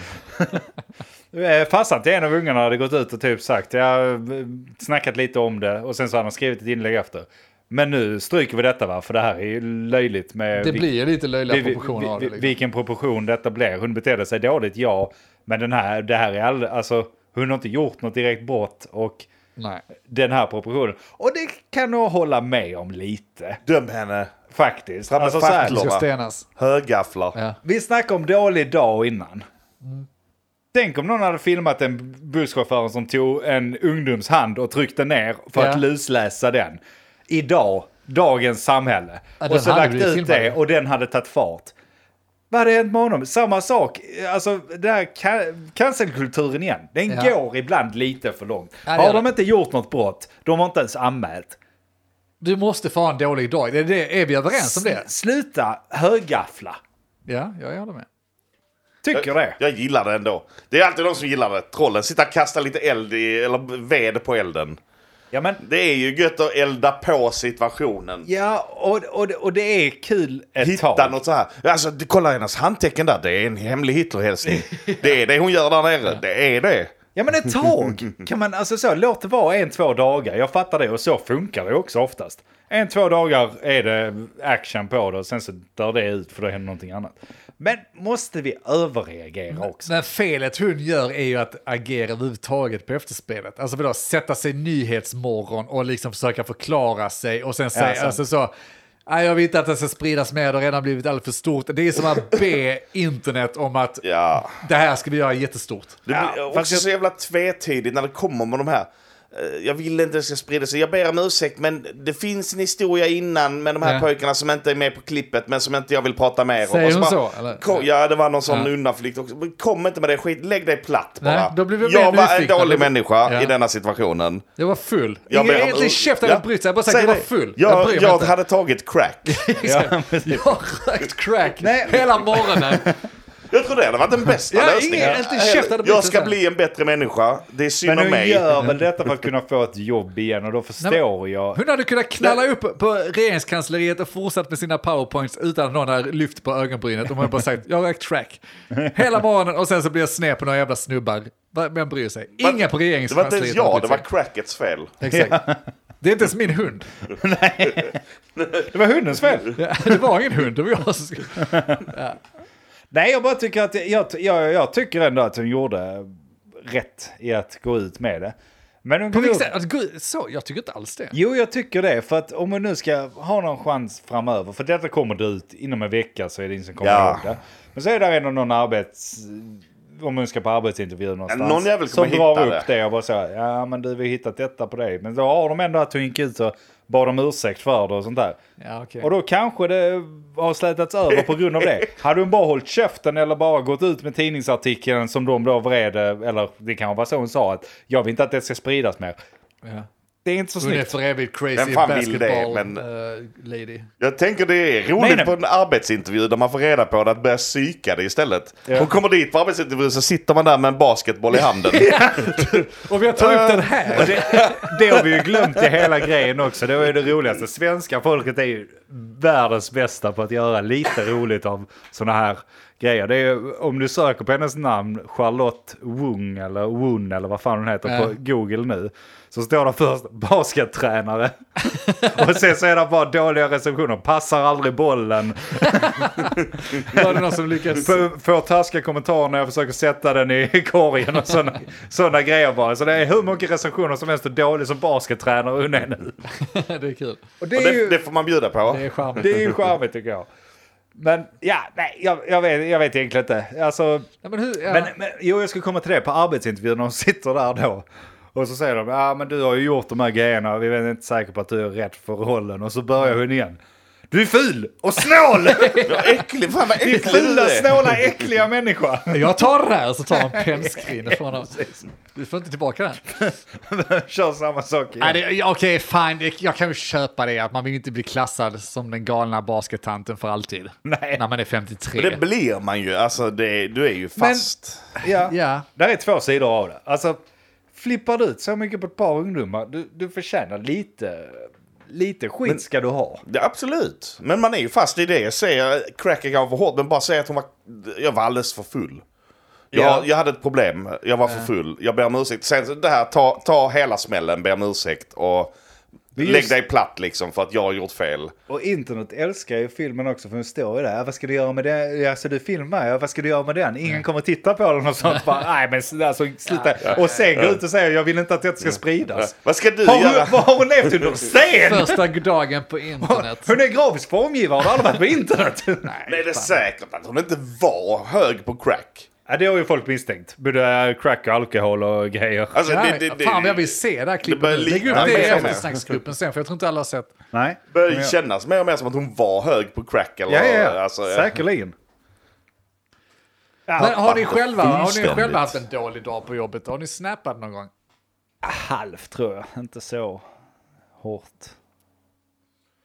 A: Eh, Farsan till en av ungarna hade gått ut och typ sagt, jag har snackat lite om det och sen så hade han skrivit ett inlägg efter. Men nu stryker vi detta va, för det här är ju löjligt med...
D: Det
A: vil-
D: blir ju lite löjliga
A: vi- vi-
D: proportioner av det.
A: vi-
D: Liksom.
A: Vilken proportion detta blir. Hon betedde sig dåligt, ja. Men den här, det här är all, alltså, hon har inte gjort något direkt brott och
D: Nej.
A: den här proportionen. Och det kan jag hålla med om lite,
C: Döm henne.
A: faktiskt.
C: Fram med
A: Alltså, så här,
C: facklor.
D: Ska
C: va?
D: stenas.
C: Högafflar.
D: Ja.
A: vi snackade om dålig dag innan. Tänk om någon hade filmat en busschaufför som tog en ungdoms hand och tryckte ner för
D: Ja.
A: att lusläsa den. Idag, dagens samhälle.
D: Ja, den
A: och så
D: hade
A: lagt ut
D: blivit filmad.
A: det och den hade tagit fart. Vad hade hänt med honom? Samma sak, alltså den här ca- cancelkulturen igen. Den
D: Ja.
A: går ibland lite för långt.
D: Ja, det gör
A: har de
D: den.
A: inte gjort något brott, de har inte ens anmält.
D: Du måste få ha en dålig dag. Det är, det, är vi överens om det?
A: S- Sluta högaffla.
D: Ja, jag håller med.
A: Tycker det.
C: Jag gillar det ändå. Det är alltid de som gillar det. Trollen. Sitta och kasta lite eld i, eller ved på elden.
A: Ja, men
C: Det är ju gött att elda på situationen.
A: Ja, och, och, och det är kul ett
C: Hitta
A: tag.
C: något så här. Alltså, du, kolla hennes handtecken där. Det är en hemlig Hitlerhälsning. Det är det hon gör där nere. Det är det.
A: Ja, men ett tag kan man, alltså så, låt det vara en, två dagar. Jag fattar det och så funkar det också oftast. En, två dagar är det action på det och sen så dör det ut för då händer någonting annat. Men måste vi överreagera också?
D: Men felet hon gör är ju att agera överhuvudtaget på efterspelet. Alltså vadå, sätta sig i nyhetsmorgon och liksom försöka förklara sig och sen säga,
A: sant.
D: alltså så, nej jag vill inte att det ska spridas mer, det har redan blivit alldeles för stort. Det är som att be internet om att
C: Ja.
D: det här ska vi göra jättestort.
C: Det blir
A: Ja,
C: också så jävla tvetydigt när det kommer med de här. eh, Jag vill inte att det ska sprida sig. Jag ber om ursäkt, men det finns en historia innan med de här
D: Ja.
C: pojkarna som inte är med på klippet, men som inte jag vill prata mer om.
D: Säger
C: Och
D: hon
C: bara,
D: så, eller?
C: Kom, ja, det var någon sån
D: Ja.
C: undanflykt också. Men Kom inte med det skit. Lägg dig platt bara.
D: Nej, då blir vi mer
C: jag var en
D: nyfikna.
C: dålig
D: Då blir-
C: människa
D: Ja.
C: i denna situationen.
D: Jag var full.
C: Jag
D: Jag
C: ber
D: Ingen
C: om-
D: egentlig käft hade
C: Ja.
D: brytt sig, jag bara sagt
C: Säg
D: jag var
C: det.
D: full.
C: Jag,
D: jag
C: jag,
D: bryr mig inte.
C: hade tagit crack.
A: Ja,
D: Jag har rökt crack hela morgonen.
C: Jag tror det hade varit den bästa
D: Ja,
C: lösningen.
D: ingen- inte käft hade
C: jag
D: blivit
C: ska
D: så.
C: bli en bättre människa. Det är synd
A: men
C: om
A: hon
C: mig.
A: gör väl detta för att kunna få ett jobb igen och då förstår jag.
D: Hon hade kunnat knalla upp på regeringskansliet och fortsatt med sina powerpoints utan att någon hade lyft på ögonbrynet. De hade bara sagt, jag har rökt track hela morgonen och sen så blir jag sned på några jävla snubbar. Va- Vem bryr sig? Inga på
C: Det var inte ens
D: regeringskansliet.
C: jag,
D: hade
C: det
D: brytt
C: var crackets fel.
D: sig. Exakt. Det är inte ens min hund.
A: Det var hundens fel.
D: Ja, Det var ingen hund, det var jag som skulle...
A: Nej, jag bara tycker att jag, jag, jag tycker ändå att hon gjorde rätt i att gå ut med det. Men hon
D: På
A: går
D: vilket
A: ut-
D: sätt? Alltså, gud, Så, jag tycker inte alls det.
A: Jo, jag tycker det. För att om man nu ska ha någon chans framöver, för detta kommer det ut inom en vecka så är det ingen som kommer
C: Ja.
A: ihåg det. Men så är det ändå någon arbets... Om man ska på arbetsintervju någonstans.
C: någon jävel
A: som
C: kommer
A: drar
C: hitta
A: upp det. och bara så här, ja men du vi har hittat detta på dig. Men då har de ändå att hon gick ut och bad om ursäkt för det och sånt där.
D: Ja, okej.
A: Och då kanske det har slätats över på grund av det. Hade hon bara hållit käften eller bara gått ut med tidningsartikeln som de då vred, eller det kanske var så hon sa att jag vill inte att det ska spridas mer.
D: Ja.
C: det är inte så
D: Hon är
C: snyggt.
D: för evigt crazy
C: Vem fan vill det,
D: basketball
C: men-
D: eh, lady.
C: Jag tänker det är roligt
A: Men-
C: på en arbetsintervju där man får reda på det att börja psyka det istället. Hon kommer dit på arbetsintervju så sitter man där med en basketboll i handen.
D: Och vi har tagit upp den här.
A: Och Det, det har vi ju glömt i hela grejen också. Det var ju det roligaste. Svenska folket är ju världens bästa på att göra lite roligt av sådana här grejer. Det är ju, om du söker på hennes namn, Charlotte Wung eller Wun eller vad fan hon heter
D: Ja.
A: på Google nu. Så står det först baskettränare. Och sen så är det bara dåliga recensioner. Passar aldrig bollen.
D: Var det någon som lyckades?
A: F- Får taskiga kommentarer när jag försöker sätta den i korgen och sådana såna grejer bara. Så det är hur mycket recensioner som helst och dålig som baskettränare hon är nu.
D: det är kul.
A: Och det
C: Och
A: är ju,
C: det, det
A: det,
C: får man bjuda på.
D: Det är charmigt.
A: är ju charmigt tycker jag. Men ja, nej, jag, jag, vet, jag vet egentligen inte. Alltså,
D: Nej, men hur, ja.
A: men, men, jo, jag skulle komma till det på arbetsintervjun när de sitter där då. Och så säger de, ja men du har ju gjort de här grejerna, vi är inte säkra på att du är rätt för rollen. Och så börjar hon igen. Du är ful och snål!
C: Ja, äcklig, fan vad
A: Din
C: äcklig du
A: fula,
C: är.
A: snåla, äckliga människa!
D: Jag tar den här och så tar en penskrin ifrån honom. Du får inte tillbaka den.
A: Kör samma sak igen.
D: Nej, det- ja, Okej, fine. Det- Jag kan ju köpa det. Att man vill inte bli klassad som den galna baskettanten för alltid.
A: Nej.
D: När man är
C: Det
D: 53.
C: blir man ju, alltså det, du är ju fast.
A: Ja.
D: Ja.
A: Där är två sidor av det. Alltså, flippar du ut så mycket på ett par ungdomar, du, du förtjänar lite, lite skit ska du ha.
C: Ja, absolut, men man är ju fast i det. Säger cracking av för hårt, men bara säga att hon var, jag var alldeles för full. Jag,
A: Ja.
C: jag hade ett problem, jag var för full, jag ber om ursäkt. Sen så det här, ta, ta hela smällen, be om ursäkt och
A: just-
C: lägg dig platt liksom för att jag har gjort fel.
A: Och internet älskar ju filmen också för den står ju där. Ja, Vad ska du göra med den? Ja, Alltså du filmar, ja, vad ska du göra med den?
D: Mm.
A: Ingen kommer titta på den och sånt. Bara, Nej men s- alltså sluta. Och sen gå ut och säga jag vill inte att detta ska spridas.
C: Vad ska du
A: Har hon,
C: göra?
A: vad har hon levt under? Sen!
D: Första dagen på internet.
A: Hon är grafisk formgivare, har aldrig varit på internet.
C: Nej, det är säkert att hon inte var hög på crack.
A: Ja, det har ju folk misstänkt. Både crack och alkohol och grejer.
C: Alltså,
D: Ja,
C: det, det, det,
D: fan vad jag vill se det
C: börjar
D: här klippet. nu.
C: likna-
D: Lägg upp
C: Ja,
D: det i
C: men-
D: eftersnacksgruppen sen, för jag tror inte alla har sett.
A: Nej.
C: börjar ju kännas mer och mer som att hon var hög på crack. Eller,
A: Ja, ja, ja.
C: alltså,
A: säkerligen.
D: Men har ni,
C: fattar
D: själva, har ni
C: fullständigt.
D: själva haft en dålig dag på jobbet? Har ni snappat någon gång?
A: Halvt tror jag, inte så hårt.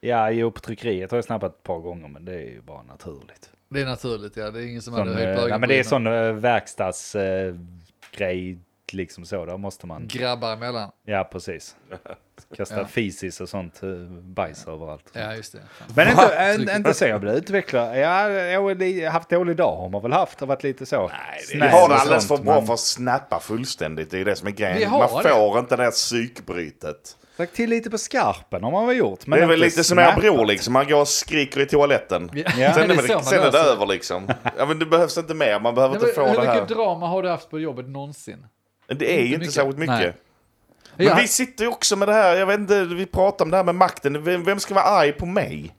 A: Ja, jo, på tryckeriet har jag snappat ett par gånger, men det är ju bara naturligt.
D: Det är naturligt, ja. Det är ingen som
A: Sån,
D: hade höjt
A: eh,
D: på
A: nej, men det är
D: ögonbrynen.
A: sån eh, verkstadsgrej, liksom så. Där måste man...
D: Grabbar emellan.
A: Ja, precis. Kasta fisis och sånt, eh, bajs överallt.
D: Ja, just det. Fan.
A: Men inte, en, inte så jag blev utvecklad. Ja, jag har li- haft dålig dag har man väl haft. Har varit lite så. Nej,
C: Vi har det alldeles för bra för att snappa fullständigt. Det är ju det som är
D: Vi
C: grejen.
D: har
C: Man
D: det.
C: får inte det här psykbrytet.
A: Lagt till lite på skarpen har man väl gjort. Men
C: Det är väl
A: inte
C: lite som er
A: snappat.
C: bror liksom. Man går och skriker i toaletten. Sen,
D: Det
C: är,
D: är så man
C: det, sen är det
D: löser det.
C: över liksom. Ja, men det behövs inte mer. Man behöver
D: Nej,
C: inte
D: men
C: få det
D: hur
C: här.
D: mycket drama har du haft på jobbet någonsin?
C: Det är ju inte
D: mycket.
C: särskilt mycket.
D: Nej.
C: Men
D: Jag-
C: vi sitter ju också med det här. Jag vet inte, vi pratar om det här med makten. Vem, vem ska vara arg på mig?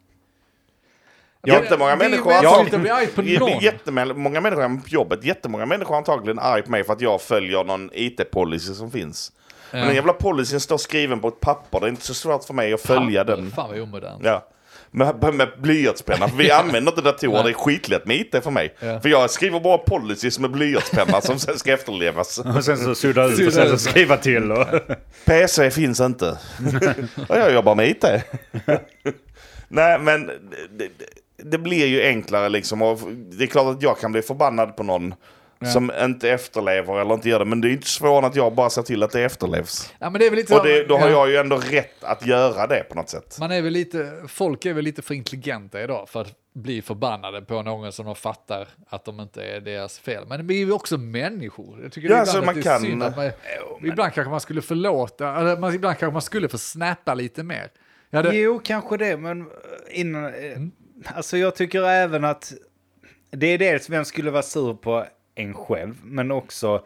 D: Ja,
C: Jättemånga
D: det är ju
C: människor
D: mänskligt
C: antagligen-
D: att bli arg på
C: Jä-
D: någon.
C: Jättemånga människor på jobbet, jättemånga människor är antagligen arg på mig för att jag följer någon IT-policy som finns. Men den jävla policyn står skriven på ett papper, det är inte så svårt för mig att följa den.
D: Fan vad omodernt.
C: Ja. Med, med blyertspenna, för vi använder inte datorer, det är skitlätt med IT för mig. För jag skriver bara policies med blyertspenna som sen ska efterlevas.
A: Och sen så sudda ut och sen så skriva till. Och...
C: PC finns inte. Och jag jobbar med IT. Nej, men det, det- det blir ju enklare liksom. Och det är klart att jag kan bli förbannad på någon som inte efterlever eller inte gör det. Men det är ju inte svårare än att jag bara ser till att det efterlevs.
D: Ja, men det är väl lite
C: Och det, då har
D: ja.
C: jag ju ändå rätt att göra det på något sätt.
D: Man är väl lite, folk är väl lite för intelligenta idag för att bli förbannade på någon som de fattar att de inte är deras fel. Men vi är ju också människor. Jag tycker
C: Ja,
D: ibland
C: alltså,
D: att
C: man
D: det är
C: kan-
D: synd att man, Ibland kanske man skulle förlåta, eller man, ibland kanske man skulle få snappa lite mer. Ja, det,
A: Jo, kanske det, men innan... eh, Alltså jag tycker även att det är dels vem skulle vara sur på en själv, men också...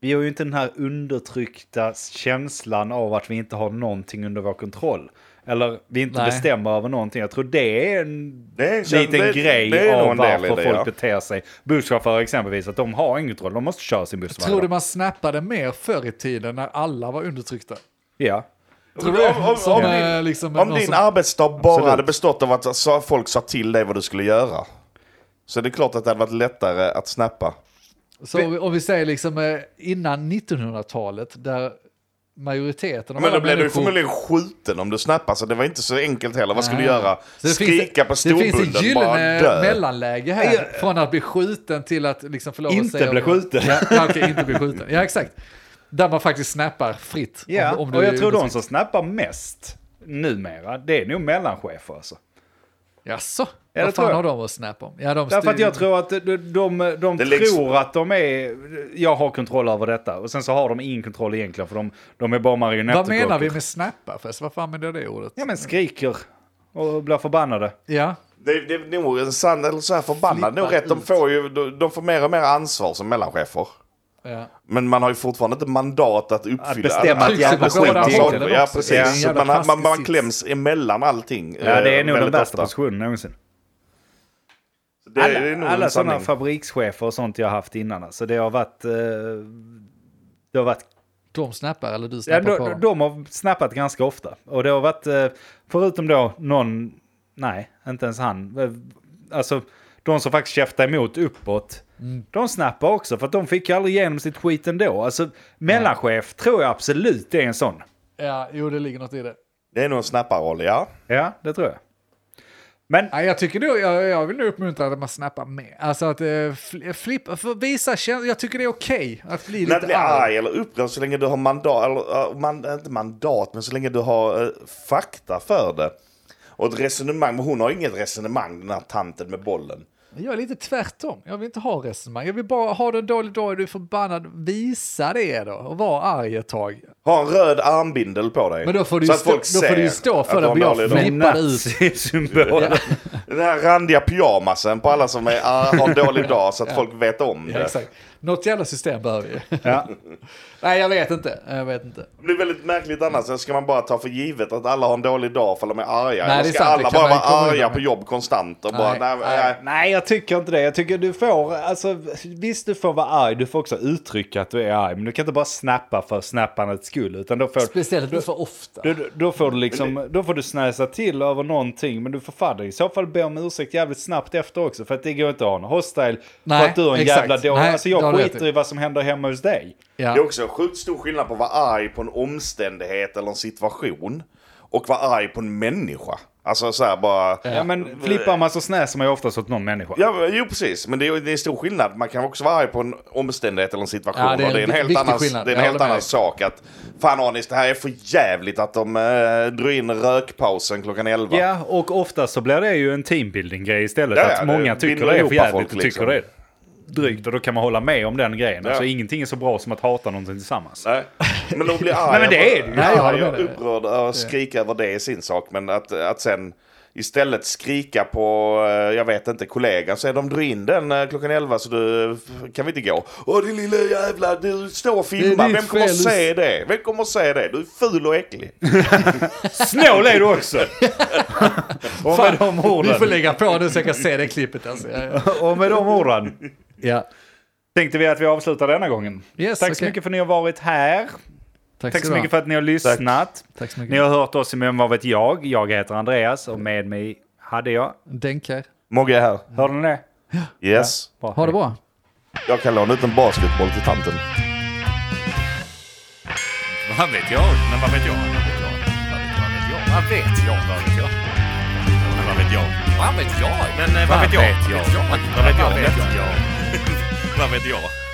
A: Vi har ju inte den här undertryckta känslan av att vi inte har någonting under vår kontroll. Eller vi inte
D: Nej.
A: bestämmer över någonting. Jag tror det är en
C: Det är en käns-
A: liten
C: det-
A: grej
C: det är nog
A: av
C: en del i
A: varför
C: det,
A: folk
C: ja.
A: beter sig. Busschaufförer exempelvis, att de har ingen kontroll. De måste köra sin buss varje
D: tror du
A: dag.
D: man snappade mer förr i tiden när alla var undertryckta?
A: Ja.
D: Tror du
C: Om- om-
D: som,
C: om
D: eh,
C: din-
D: liksom,
C: Om
D: någon
C: din
A: alltså-
D: som-
C: arbetsdag bara hade bestått av att sa- folk sa till dig vad du skulle göra. Så det är klart att det hade varit lättare att snappa.
D: Så om vi- om vi säger liksom eh, innan 1900-talet, där majoriteten av
C: Men då
D: alla
C: blev du
D: människor-
C: förmodligen skjuten om du snappade, så det var inte så enkelt heller. Vad skulle du göra?
D: Så det finns-
C: Skrika på
D: Det
C: storbunden
D: finns ett
C: bara
D: gyllene
C: dö?
D: mellanläge här. Från att bli skjuten till att liksom förlora
A: Inte bli skjuten.
D: Ja, ja, okej, inte bli skjuten. Ja, exakt. Där man faktiskt snappar fritt.
A: Ja,
D: om- om du
A: och
D: är liksom-
A: jag tror de
D: osäker.
A: som snappar mest numera, det är nog mellanchefer alltså.
D: Jaså?
A: det
D: Vad
A: tror
D: fan
A: jag.
D: har de att snappa om? Ja, de
A: Därför att
D: styr-
A: jag tror att de, de, de
C: Det
A: tror
C: läggs-
A: att de är, jag har kontroll över detta. Och sen så har de ingen kontroll egentligen för de, de är bara marionetter.
D: Vad menar vi med snappa? Först? Varför använder jag det ordet?
A: Ja men skriker och blir förbannade.
D: Ja.
C: Det, det är nog en sann, eller så här förbannad nog rätt. De får, ju, de, de får mer och mer ansvar som mellanchefer.
D: ja.
C: Men man har ju fortfarande inte mandat att uppfylla...
A: bestämma
D: ett jävla
C: bestämma
D: skit
C: saker.
D: egentligen
C: Ja,
D: också. Det är en
C: precis. Så
D: jävla
C: man, man, man,
D: plastisk sits.
C: kläms emellan allting.
A: Ja, det är
C: eh,
A: nog den
C: väldigt
A: bästa
C: ofta.
A: positionen någonsin.
C: Det är, det är
A: Alla,
C: nog
A: alla
C: en
A: sådana
C: sanning.
A: fabrikschefer och sånt jag har haft innan. Alltså det har varit... eh, Det har varit
D: De snappar eller du
A: Ja,
D: snappar på
A: de,
D: dem?
A: de har snappat ganska ofta. Och det har varit, eh, förutom då någon, nej, inte ens han. Eh, Alltså, de som faktiskt käftar emot uppåt, de snappar också. För att de fick ju aldrig igenom sitt skit ändå. Alltså, mellanchef tror jag absolut är en sån.
D: Ja, jo det ligger något i det.
C: Det är nog en snapparroll, ja.
A: Ja, det tror jag. Men
D: Ja, jag, tycker nog, jag, jag vill nog uppmuntra att man snappar med. Alltså att eh, fl- flippa, för visa käns- Jag tycker det är okej att bli
C: När du
D: lite
C: blir
D: arg.
C: arg eller upprörd så länge du har mandat, eller eh, man, inte mandat, men så länge du har eh, fakta för det. Och ett resonemang, men hon har inget resonemang den här tanten med bollen.
D: Jag är lite tvärtom. Jag vill inte ha resonemang. Jag vill bara ha det en dålig dag, är du förbannad. Visa det då och var arg ett tag.
C: Ha en röd armbindel på dig.
D: Men då får du,
C: så
D: ju
C: att
D: stå,
C: folk
D: då får du ju
C: ser
D: stå
C: att
D: för
C: du
D: det.
C: har
D: men
C: en
D: Jag
C: dålig dag.
D: flippade ut.
A: nazisymbolen.
C: Den här randiga pyjamasen på alla som är, eh, har en dålig dag så att folk vet om
D: Ja,
C: det.
D: exakt. Något jävla system behöver vi.
A: Ja.
D: Nej, jag vet inte. Jag vet inte.
C: Det blir väldigt märkligt annars. Sen ska man bara ta för givet att alla har en dålig dag för de är arga.
D: Nej,
C: Eller
D: det är
C: ska
D: sant, det
C: alla
D: kan
C: bara vara
D: man ju komma undan
C: arga
D: med.
C: på jobb konstant och bara...
D: Nej,
C: Nej,
D: nej.
C: nej.
A: Nej, jag tycker inte det. Jag tycker du får, alltså visst du får vara arg, du får också uttrycka att du är arg, men du kan inte bara snappa för snappandets skull, utan då får
D: Speciellt inte för ofta.
A: Då, då, får du liksom, då får du snäsa till över någonting, men du får fan i så fall be om ursäkt jävligt snabbt efter också, för att det går inte att ha en hostile
D: Nej,
A: för att du är en
D: exakt.
A: jävla dålig...
D: Nej,
A: Alltså
D: det har
A: jag
D: du rätt
A: skiter
D: i.
A: i vad som händer hemma hos dig.
D: Ja.
C: Det är också en sjukt stor skillnad på att vara arg på en omständighet eller en situation och vara arg på en människa. Alltså så här bara...
A: Ja, men flippar man så snäser man ju oftast åt någon människa.
C: Ja, men- jo precis, men det är, det är stor skillnad. Man kan också vara arg på en omständighet eller en situation.
D: Ja, det är
C: och det är en
D: en
C: helt
D: viktig
C: annan,
D: skillnad.
C: det är en
D: Jag
C: helt
D: håller med
C: annan
D: dig.
C: sak att fan Anis, det här är för jävligt att de äh, drar in rökpausen klockan 11.
A: Ja, och oftast så blir det ju en teambuilding-grej istället.
C: Ja, ja,
A: att många
C: det
A: tycker
C: binder
A: det är
C: ihop
A: för jävligt
C: folk,
A: och tycker
C: liksom.
A: det är drygt. Och då kan man hålla med om den grejen. Alltså
C: Ja.
A: ingenting är så bra som att hata någonting tillsammans.
C: Nej. Men då blir arg.
A: Nej, men det är det ju.
D: Nej, jag
C: arg
D: håller
C: och
D: med dig.
C: upprörd och skrika över det är sin sak. Men att, att sen istället skrika på, eh, jag vet inte, kollegan. Så är de drar in den eh, klockan 11 så du, kan vi inte gå. Åh din lilla jävla, du står och
D: Det är
C: filmar.
D: ditt
C: Vem kommer att
D: fel, du-
C: se det? Vem kommer att se det? Du är ful och äcklig.
A: Snål är du också! och med de
D: Vi får
A: orden.
D: lägga på nu så jag kan se det klippet. Alltså. Ja, ja.
A: Och med de orden.
D: Ja.
A: Tänkte vi att vi avslutar denna gången.
D: Yes,
A: Tack så
D: okej.
A: mycket för att ni har varit här.
D: Tack,
A: Tack så mycket för att ni har lyssnat.
D: Tack så mycket.
A: Ni har hört oss i Vem vad vet jag? Jag heter Andreas och med mig hade jag...
D: Denker.
C: Mogge är här.
A: Hörde ni det?
C: Yes.
A: Bra.
D: Ha det bra.
C: Jag kan låna ut en basketboll till tanten.
F: Vad vet jag? Men vad vet jag? Vad vet jag? Vad vet jag? Vad vet jag? Vad vet jag? Men vad vet jag? Vad vet jag? Men vad vet jag? Vad vet jag? Vad vet jag? Vad vet jag?